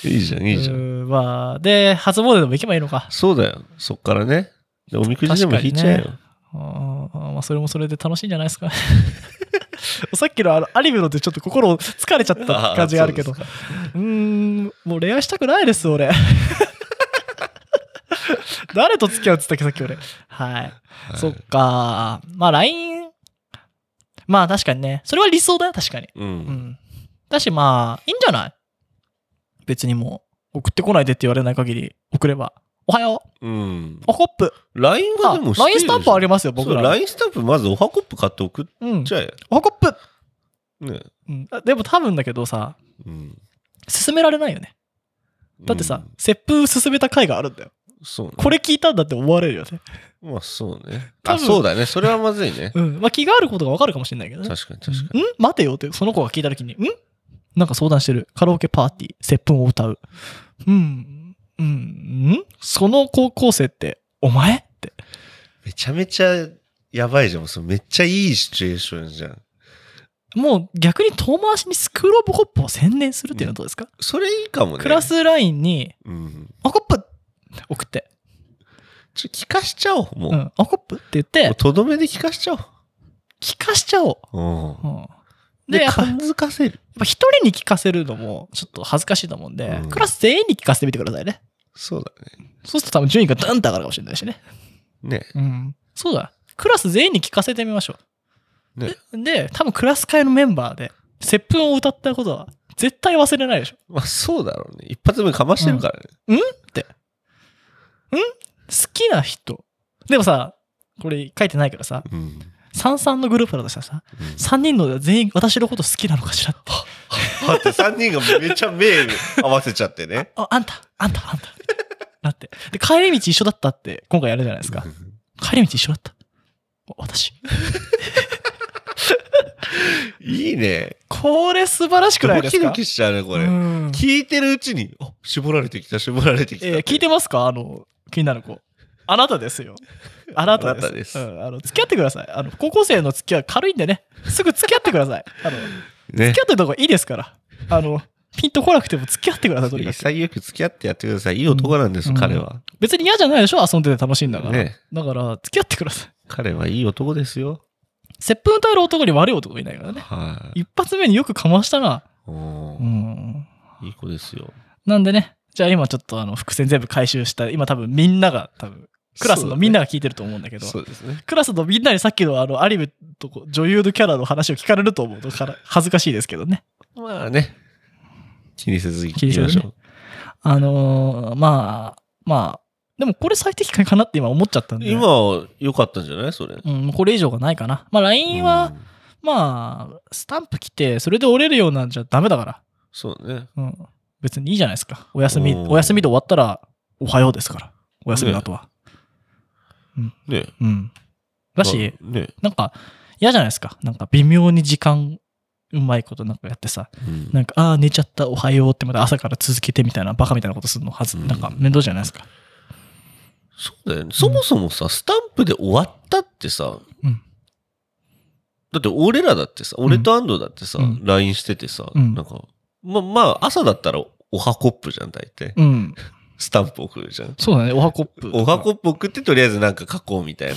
いいじゃん、いいじゃ。
うんんまあ、で、初詣でも行けばいいのか。
そうだよ。そっからね。でおみくじでも引いちゃえよ。
確うんまあ、それもそれで楽しいんじゃないですか。 さっきのあのアニメのでちょっと心疲れちゃった感じがあるけど。
あ
う
ー。そうですか
ーん、もう恋愛したくないです、 俺。誰と付き合うっつったっけ、さっき俺。はい。
はい
そっか。まあ、LINE。まあ、確かにね。それは理想だよ、確かに。
う。
うんん。だし、まあ、いいんじゃない別にもう、送ってこないでって言われない限り、送れば。おはよう。
うん。
おコップ。
LINE はでも
あ LINE スタンプあり
ま
ますよ、僕ら。
LINE スタンプまずおはコップ買って送っ
うん。
ちゃえ。
おはコップ。
ね。
うん。あでも多分だけどさ、
うん。
進められないよね。だってさ
う、ん
切符進めた回があるんだよ。
そうね。
これ聞いたんだって思われるよね。
まあそうね。
多
あ、
分
そうだね。それはまずいね。
うん。まあ、気があることがわかるかもしれないけどね。
確かに確かに。
うん待てよって、その子が聞いた時に、んなんか相談してる。カラオケパーティー、接吻を歌う。うん、うん、んその高校生って、お前って。
めちゃめちゃやばいじゃん。それめっちゃいいシチュエーションじゃん。
もう逆に遠回しにスクールオブホップを宣伝するっていうのはどうですか、
それいいかもね。
クラ。スラインに、
うん。
アコップって送って、
ちょ、聞かしちゃおう。もう。
うん、アコップって言っ
もう
て、
とどめで聞かしちゃ
聞かしちゃおう。
おう。
う
うんん。
で、やっぱ、や
感
っ
づかせる。
ぱ一人に聞かせるのも、ちょっと恥ずかしいと思うんで、
うん
クラス全員に聞かせてみてくださいね。
そうだ
そうすると多分順位がダンと上がるかもしれないしね。
ね。ね。
うん。そうだ。クラス全員に聞かせてみましょう。
ね
で、で多分クラス会のメンバーで、接吻を歌ったことは、絶対忘れないでしょ。
まあそうだろうね。一発目かましてるからね。
好きな人。でもさ、これ書いてないけどさ、
うん。
三々のグループだとしたらさ、
うん
3人の全員私のこと好きなのかしらって。
だって3人がめちゃ目合わせちゃってね。
あ、あんた、あんた、あんた。なって。で、帰り道一緒だったって、今回やるじゃないですか。帰り道一緒だった。お私。
いいね。
これ素晴らしくない
ド
です
キ
か
ドキしちゃうね、これ。
うん
聞いてるうちに、あ、絞られてきた、絞られてきた。
えー聞いてますかあの、気になる子。あなたで すよ。あなたです。
あなたです
うん、あの付き合ってください。あの高校生の付き合いは軽いんでね、すぐ付き合ってください。あの
ね
付き。合ってるとこいいですから。あの、ピンとこなくても付き合ってください、とにかく。
潔く付き合ってやってください。いい男なんです、
うん
彼は。
別に嫌じゃないでしょ遊んでて楽しいんだから。
ね
だから、付き合ってください。
彼はいい男ですよ。
接吻歌える男に悪い男いないからね。
はい。
一発目によくかましたな。
お
う
ー
ん。
いい子ですよ。
なんでね、じゃあ今ちょっとあの伏線全部回収した、今多分みんなが、多分クラスのみんなが聞いてると思うんだけど、
そうですね。
クラスのみんなにさっきのあのアニメとこ女優のキャラの話を聞かれると思うとから恥ずかしいですけどね。
まあね。気にせず行
気に
き
せ
ま
ず
し
ね
ょう。
あのーまあ、まあ、でもこれ最適解かなって今思っちゃったんで。
今は良かったんじゃないそれ。
うん、もうこれ以上がないかな。まあ LINE は、
うん
まあ、スタンプ来て、それで折れるようなんじゃダメだから。
そうね。
うん。別にいいじゃないですか。お休み、
うん
お休みで終わったら、おはようですから。お休みの後は。
ね。
うん。だし、
まあね。
なんか、嫌じゃないですか。なんか、微妙に時間、うまいことなんかやってさ、
うん
なんか、ああ、寝ちゃった、おはようってまた朝から続けてみたいな、バカみたいなことするのはず、
うん
なんか、面倒じゃないですか。
そうだよね。そもそもさ、スタンプで終わったってさ、
うん
だって俺らだってさ、俺と安藤だってさ、
うん
LINE しててさ、
うん
なんか、ま、まあ、朝だったらおはコップじゃん、大体。
うん。
スタンプ送るじゃん。
そうだね、おはコップ。
おはコップ送ってとりあえずなんか書こうみ たいな。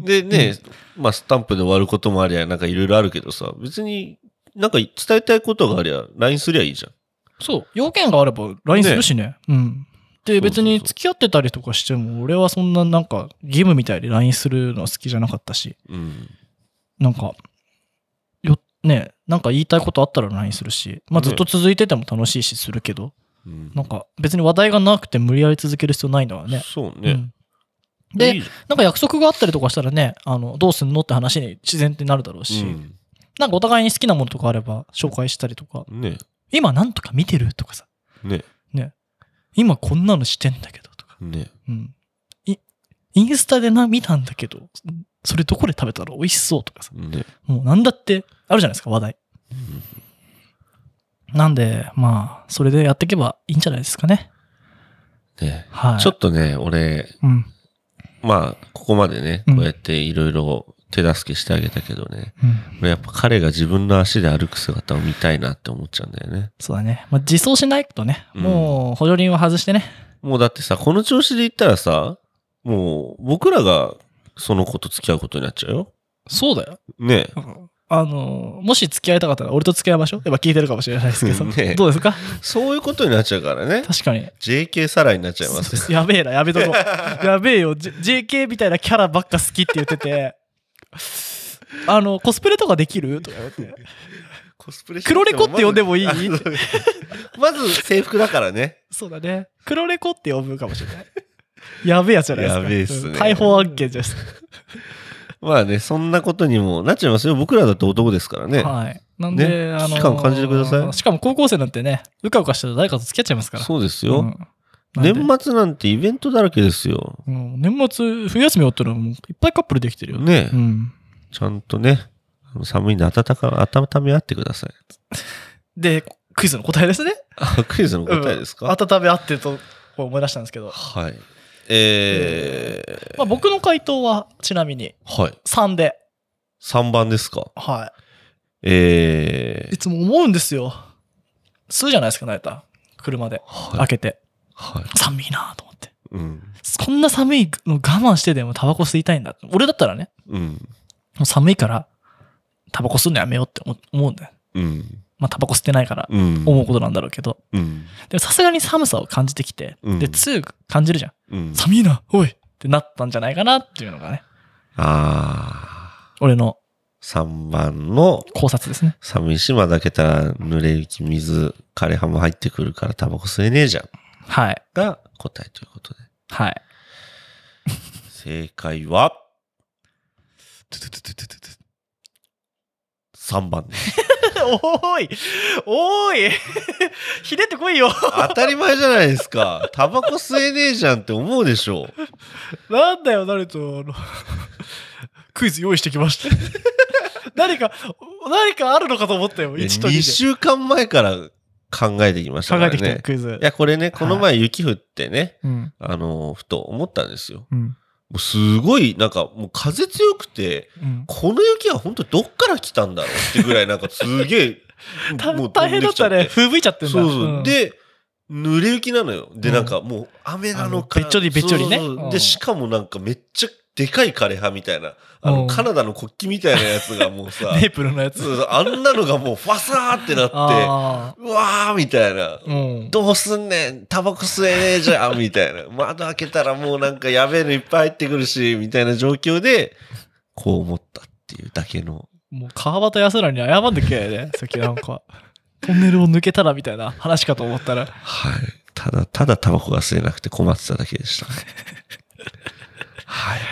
でね、まあスタンプで終わることもありゃ、なんかいろいろあるけどさ、別になんか伝えたいことがありゃ、LINE すりゃいいじゃん。
そう、要件があれば LINE するしね。うん。
そうそ
で、
うそう
別に付き合ってたりとかしても、俺はそんななんか、義務みたいで LINE するのは好きじゃなかったし、
うん。
なんか、よ、ね、なんか言いたいことあったら LINE するし、まあ
ね
ずっと続いてても楽しいしするけど、
うん
なんか別に話題がなくて無理やり続ける必要ないんだからね。
そう
う
ね。
んで
いいじ
なんか約束があったりとかしたらね、あの、どうすんのって話に自然ってなるだろう
ゃ
し、
んうん
なんかお互いに好きなものとかあれば紹介したりとか、
ね
今なんとか見てるとかさ、
ね
ね、今こんなのしてんだけどとか、
ね
うん。いインスタでな見たんだけど、それどこで食べたら美味しそうとかさ、
ね。
もうなんだってあるじゃないですか、話題。なんで、まあ、それでやっていけばいいんじゃないですかね。
ね
はい。
ちょっとね、俺、
うん。
まあ、ここまでね、
うん
こうやっていろいろ手助けしてあげたけどね、
うん
俺やっぱ彼が自分の足で歩く姿を見たいなって思っちゃうんだよね。
そうだね。まあ、自走しないとね、
うん
もう補助輪を外してね。
もうだってさ、この調子で言ったらさ、もう僕らがその子と付き合うことになっちゃうよ。
そうだよ。
ねえ。
あの、もし付き合いたかったら俺と付き合いましょう。やっぱ聞いてるかもしれないですけ ど。
ね
どうですか
そういうことになっちゃうからね。
確かに。
JK さらいになっちゃいます。
やべえな、やめとこ う。やべえよ、J- JK みたいなキャラばっか好きって言ってて。あの、コスプレとかできるとか言って。
コスプレ
黒猫って呼んでもいい
あそう まず制服だからね。
そうだね。黒猫って呼ぶかもしれない。やべえやつじゃないですか。
やべえっすね
解放案件じゃないです
まあね、そんなことにもなっちゃいますよ。僕らだって男ですからね。
か。はい。なんで、
ね
あの
危機感感じてください
しかも高校生なんてね、うかうかしたら誰かと付き合っちゃいますから。
そうです
う
よ。
んなんで
年末なんてイベントだらけですよ。
うん年末、冬休み終わったらもういっぱいカップルできてるよ。
ねえ、
うん。
ちゃんとね、あの寒いんで暖か、温め合ってくださ い。
で、クイズの答えですね。
あクイズの答えです
うん
か、
温め合ってると思い出したんですけど、
はい。えー、
まあ、僕の回答はちなみに
はい。
3で、
3番ですか
は
え
い。いつも思うんですよ。吸うじゃないですか、ナイター。車で
ー、は
開
い。
けて。
はい。
寒いなと思って。
うん。
こんな寒いの我慢してでもタバコ吸いたいんだって。俺だったらね、
うん。
もう寒いからタバコ吸うのやめようって思思うんだよ。
うん。
まあタバコ吸ってないから
うん。
思うことなんだろうけど。
うん。
でもさすがに寒さを感じてきて、
うん
で、2感じるじゃん。
うん。
寒いな、おいってなったんじゃないかなっていうのがね、
あ
俺の
ー。3番の
考察ですね。
寒いし、まだけたら濡れ雪、水、枯れ葉も入ってくるからタバコ吸えねえじゃん。
はい。
が答えということで。
はい。
正解は、3番です。
おーいおーいひねってこいよ
当たり前じゃないですか。 タバコ吸えねえじゃんって思うでしょう。
なんだよ、誰と、あの、クイズ用意してきました。誰か、誰かあるのかと思ったよ、
いや
1と
2
2で。
週間前から考えてきました
考
から
えてきたよ
ね。
クイズ
い。や、これね、この前雪降ってね、
うん。
あのーふと思ったんですよ。
うん。
もうすごい、なんか、もう風強くて、
うん。、
この雪は本当どっから来たんだろうってぐらい、なんかすげえ
た大変だ
飛んで
ったね。
きちゃって
吹雪いちゃってんだ
そうそう。
ん
で、濡れ雪なのよ。で、
うん
なんかもう雨なの
あ
か。
のべっちょりべっちょりね
そうそうそう
うん
で、しかもなんかめっちゃでかい枯葉みたいな、あ
う
の、
ん
カナダの国旗みたいなやつがもう さ、
メープルのやつ。
そうそうあんなのがもうファサーってなって、
あ
うわーみたいな
あ。。うん。
どうすんねんタバコ吸えねえじゃんみたいな。 窓開けたらもうなんかやべえのいっぱい入ってくるし、みたいな状況で、こう思ったっていうだけの。
もう川端康成に謝んでけね。さっきなんか、トンネルを抜けたらみたいな話かと思ったら。
はい。ただ、ただタバコが吸えなくて困ってただけで した。はい。
はい。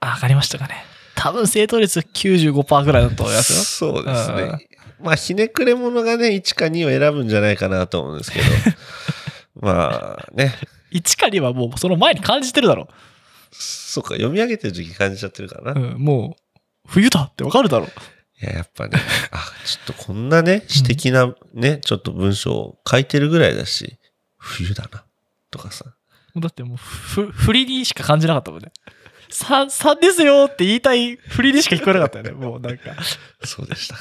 あ、上がりましたかね。多分正答率95%ぐらいだと思いますよ。
そうですね。まあ、ひねくれ者がね、1か2を選ぶんじゃないかなと思うんですけど。 まあね、
1か2はもうその前に感じてるだろ。
そっか、読み上げてる時期感じちゃってるから
う
な。い
ん、もう、冬だってわかるだろ。
や、やっぱね、あ、ちょっとこんなね、詩的なね、ちょっと文章を書いてるぐらいだし、冬だな、とかさ。
もうだってもう、ふ、振りにしか感じなかったもんね。3、三ですよって言いたい振りにしか聞こえなかったよね。もうなんか。
そうでしたか。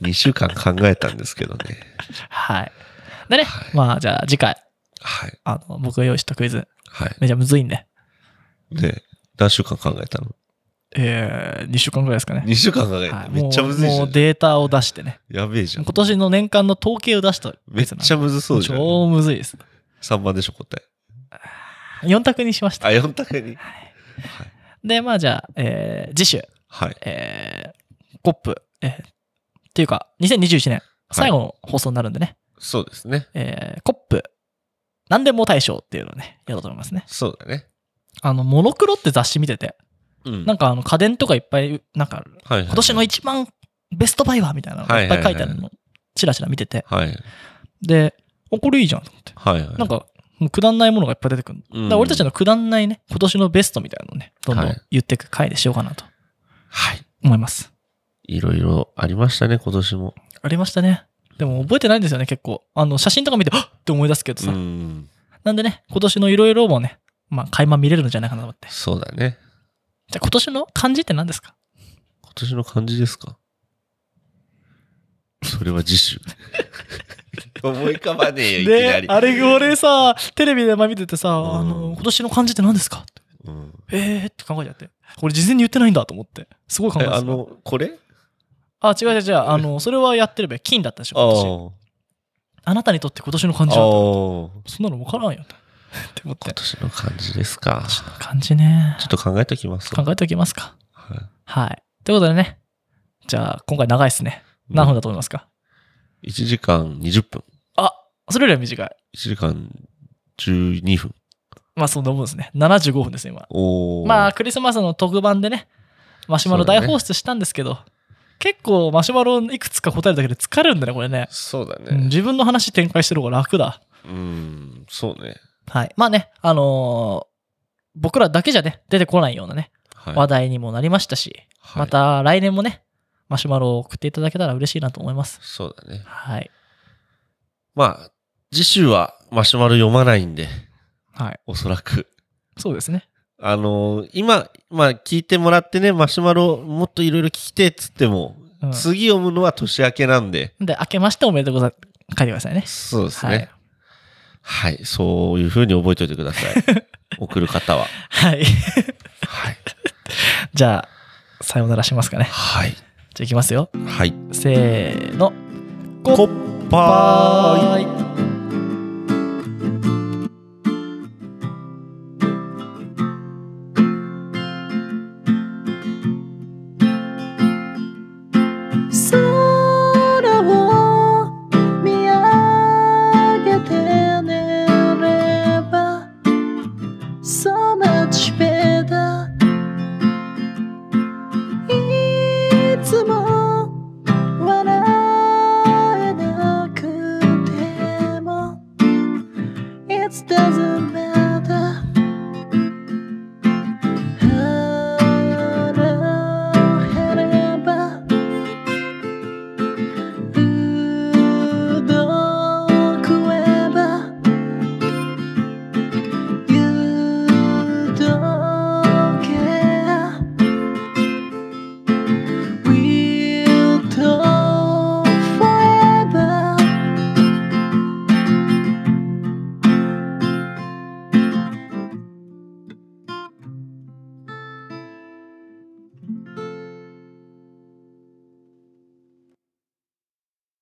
2週間考えたんですけどね。
はい。でね、
はい
まあじゃあ次回、
はい。
あの、僕が用意したクイズ、
はい。
めちゃむずいんで。
で、何週間考えたの
えー、2週間ぐらいですかね。
2週間考えた、
はい
めっちゃむずいじ
も
ゃ
うも
ん
う。データを出してね。
やべえじゃん
今。年の年間の統計を出した
めっちゃむずそうじゃん。
超むずいです。
3番でしょ、答え。
4択にしまし
あ、
た。
4択に。
で、まあじゃあ、えー次週、
はい。
えーコップ、えーっていうか、2021年、最後の放送になるんでね。
そうですね。
えーコップ、何でも大賞っていうのをね、やろうと思いますね。
そうだね。
あの、モノクロって雑誌見てて、
うん
なんかあの家電とかいっぱい、なんか、
はいはい
今年の一番ベストバイはみたいなのがいっぱい書いて
はい
あ
は
る
い
の、チラチラ見てて、
はい。
で、お、これいいじゃんと思って。
はいはい。
なんか、もうくだんないものがいっぱい出てくる。だ
うん
から俺たちのくだんないね、今年のベストみたいなのをね、どんど
は
ん
い
言っていく回でしようかなと
はい。
思います。
いろいろありましたね、今年も。
ありましたね。でも覚えてないんですよね、結構。あの、写真とか見て、はっって思い出すけどさ。
うん。
なんでね、今年のいろいろもね、まあ、垣間見れるのじゃないかなと思って。じ
そうだね。
ゃあ今年の漢字って何ですか
今年の漢字ですかそれは自主。 思い浮かばねえよ、いきな
で
り。、
あれ、俺さ、テレビで前見ててさ、
ん
あの、今年の漢字って何ですかって
うん
えーって考えちゃって。これ事前に言ってないんだと思って。すごい考え
え、
てた
あの、これ
あ、違う違う違う。あの、それはやってれば金だったでしょ、
あ
今
あ
年。あなたにとって今年の漢
あ
字
あ。
は
今
そんなの分からんよ。 って思って。
年の漢字ですか。ちょ
漢字ね。
っと考えときます
考
わ。
えておきますか。
はい
はい。ということでね。じゃあ、今回長いですね。何分だと思いますか、
1時間20分。
あ、それよりは短い。
1時間12分。
まあ、そんなもんですね。75分です、今。
おー
まあ、クリスマスの特番でね、マシュマロ大放出したんですけど、結構マシュマロいくつか答えるだけで疲れるんだね、これね。
そうだ
うん
ね。
自分の話展開してる方が楽だ。
うん、そうね。
はい。まあね、あのー僕らだけじゃね、出てこないようなね、
はい
話題にもなりましたし、
はい
また来年もね、マシュマロを送っていただけたら嬉しいなと思います。
そうだね。
はい。
まあ、次週はマシュマロ読まないんで、
はい。
おそらく。
そうですね。
あのー今、まあ、聞いてもらってね、マシュマロもっといろいろ聞きてっつっても、
うん
次読むのは年明けなんで、
で、明けましておめでとうございます。書いてくださいね。
そうです
はい
ね。。はい、そういうふうに覚えておいてください。 送る方は。
はい。
はい。
じゃあ、さようならしますかね。
はい。
じゃあ、いきますよ。
はい。
せーの。
コッパーイ
バイ。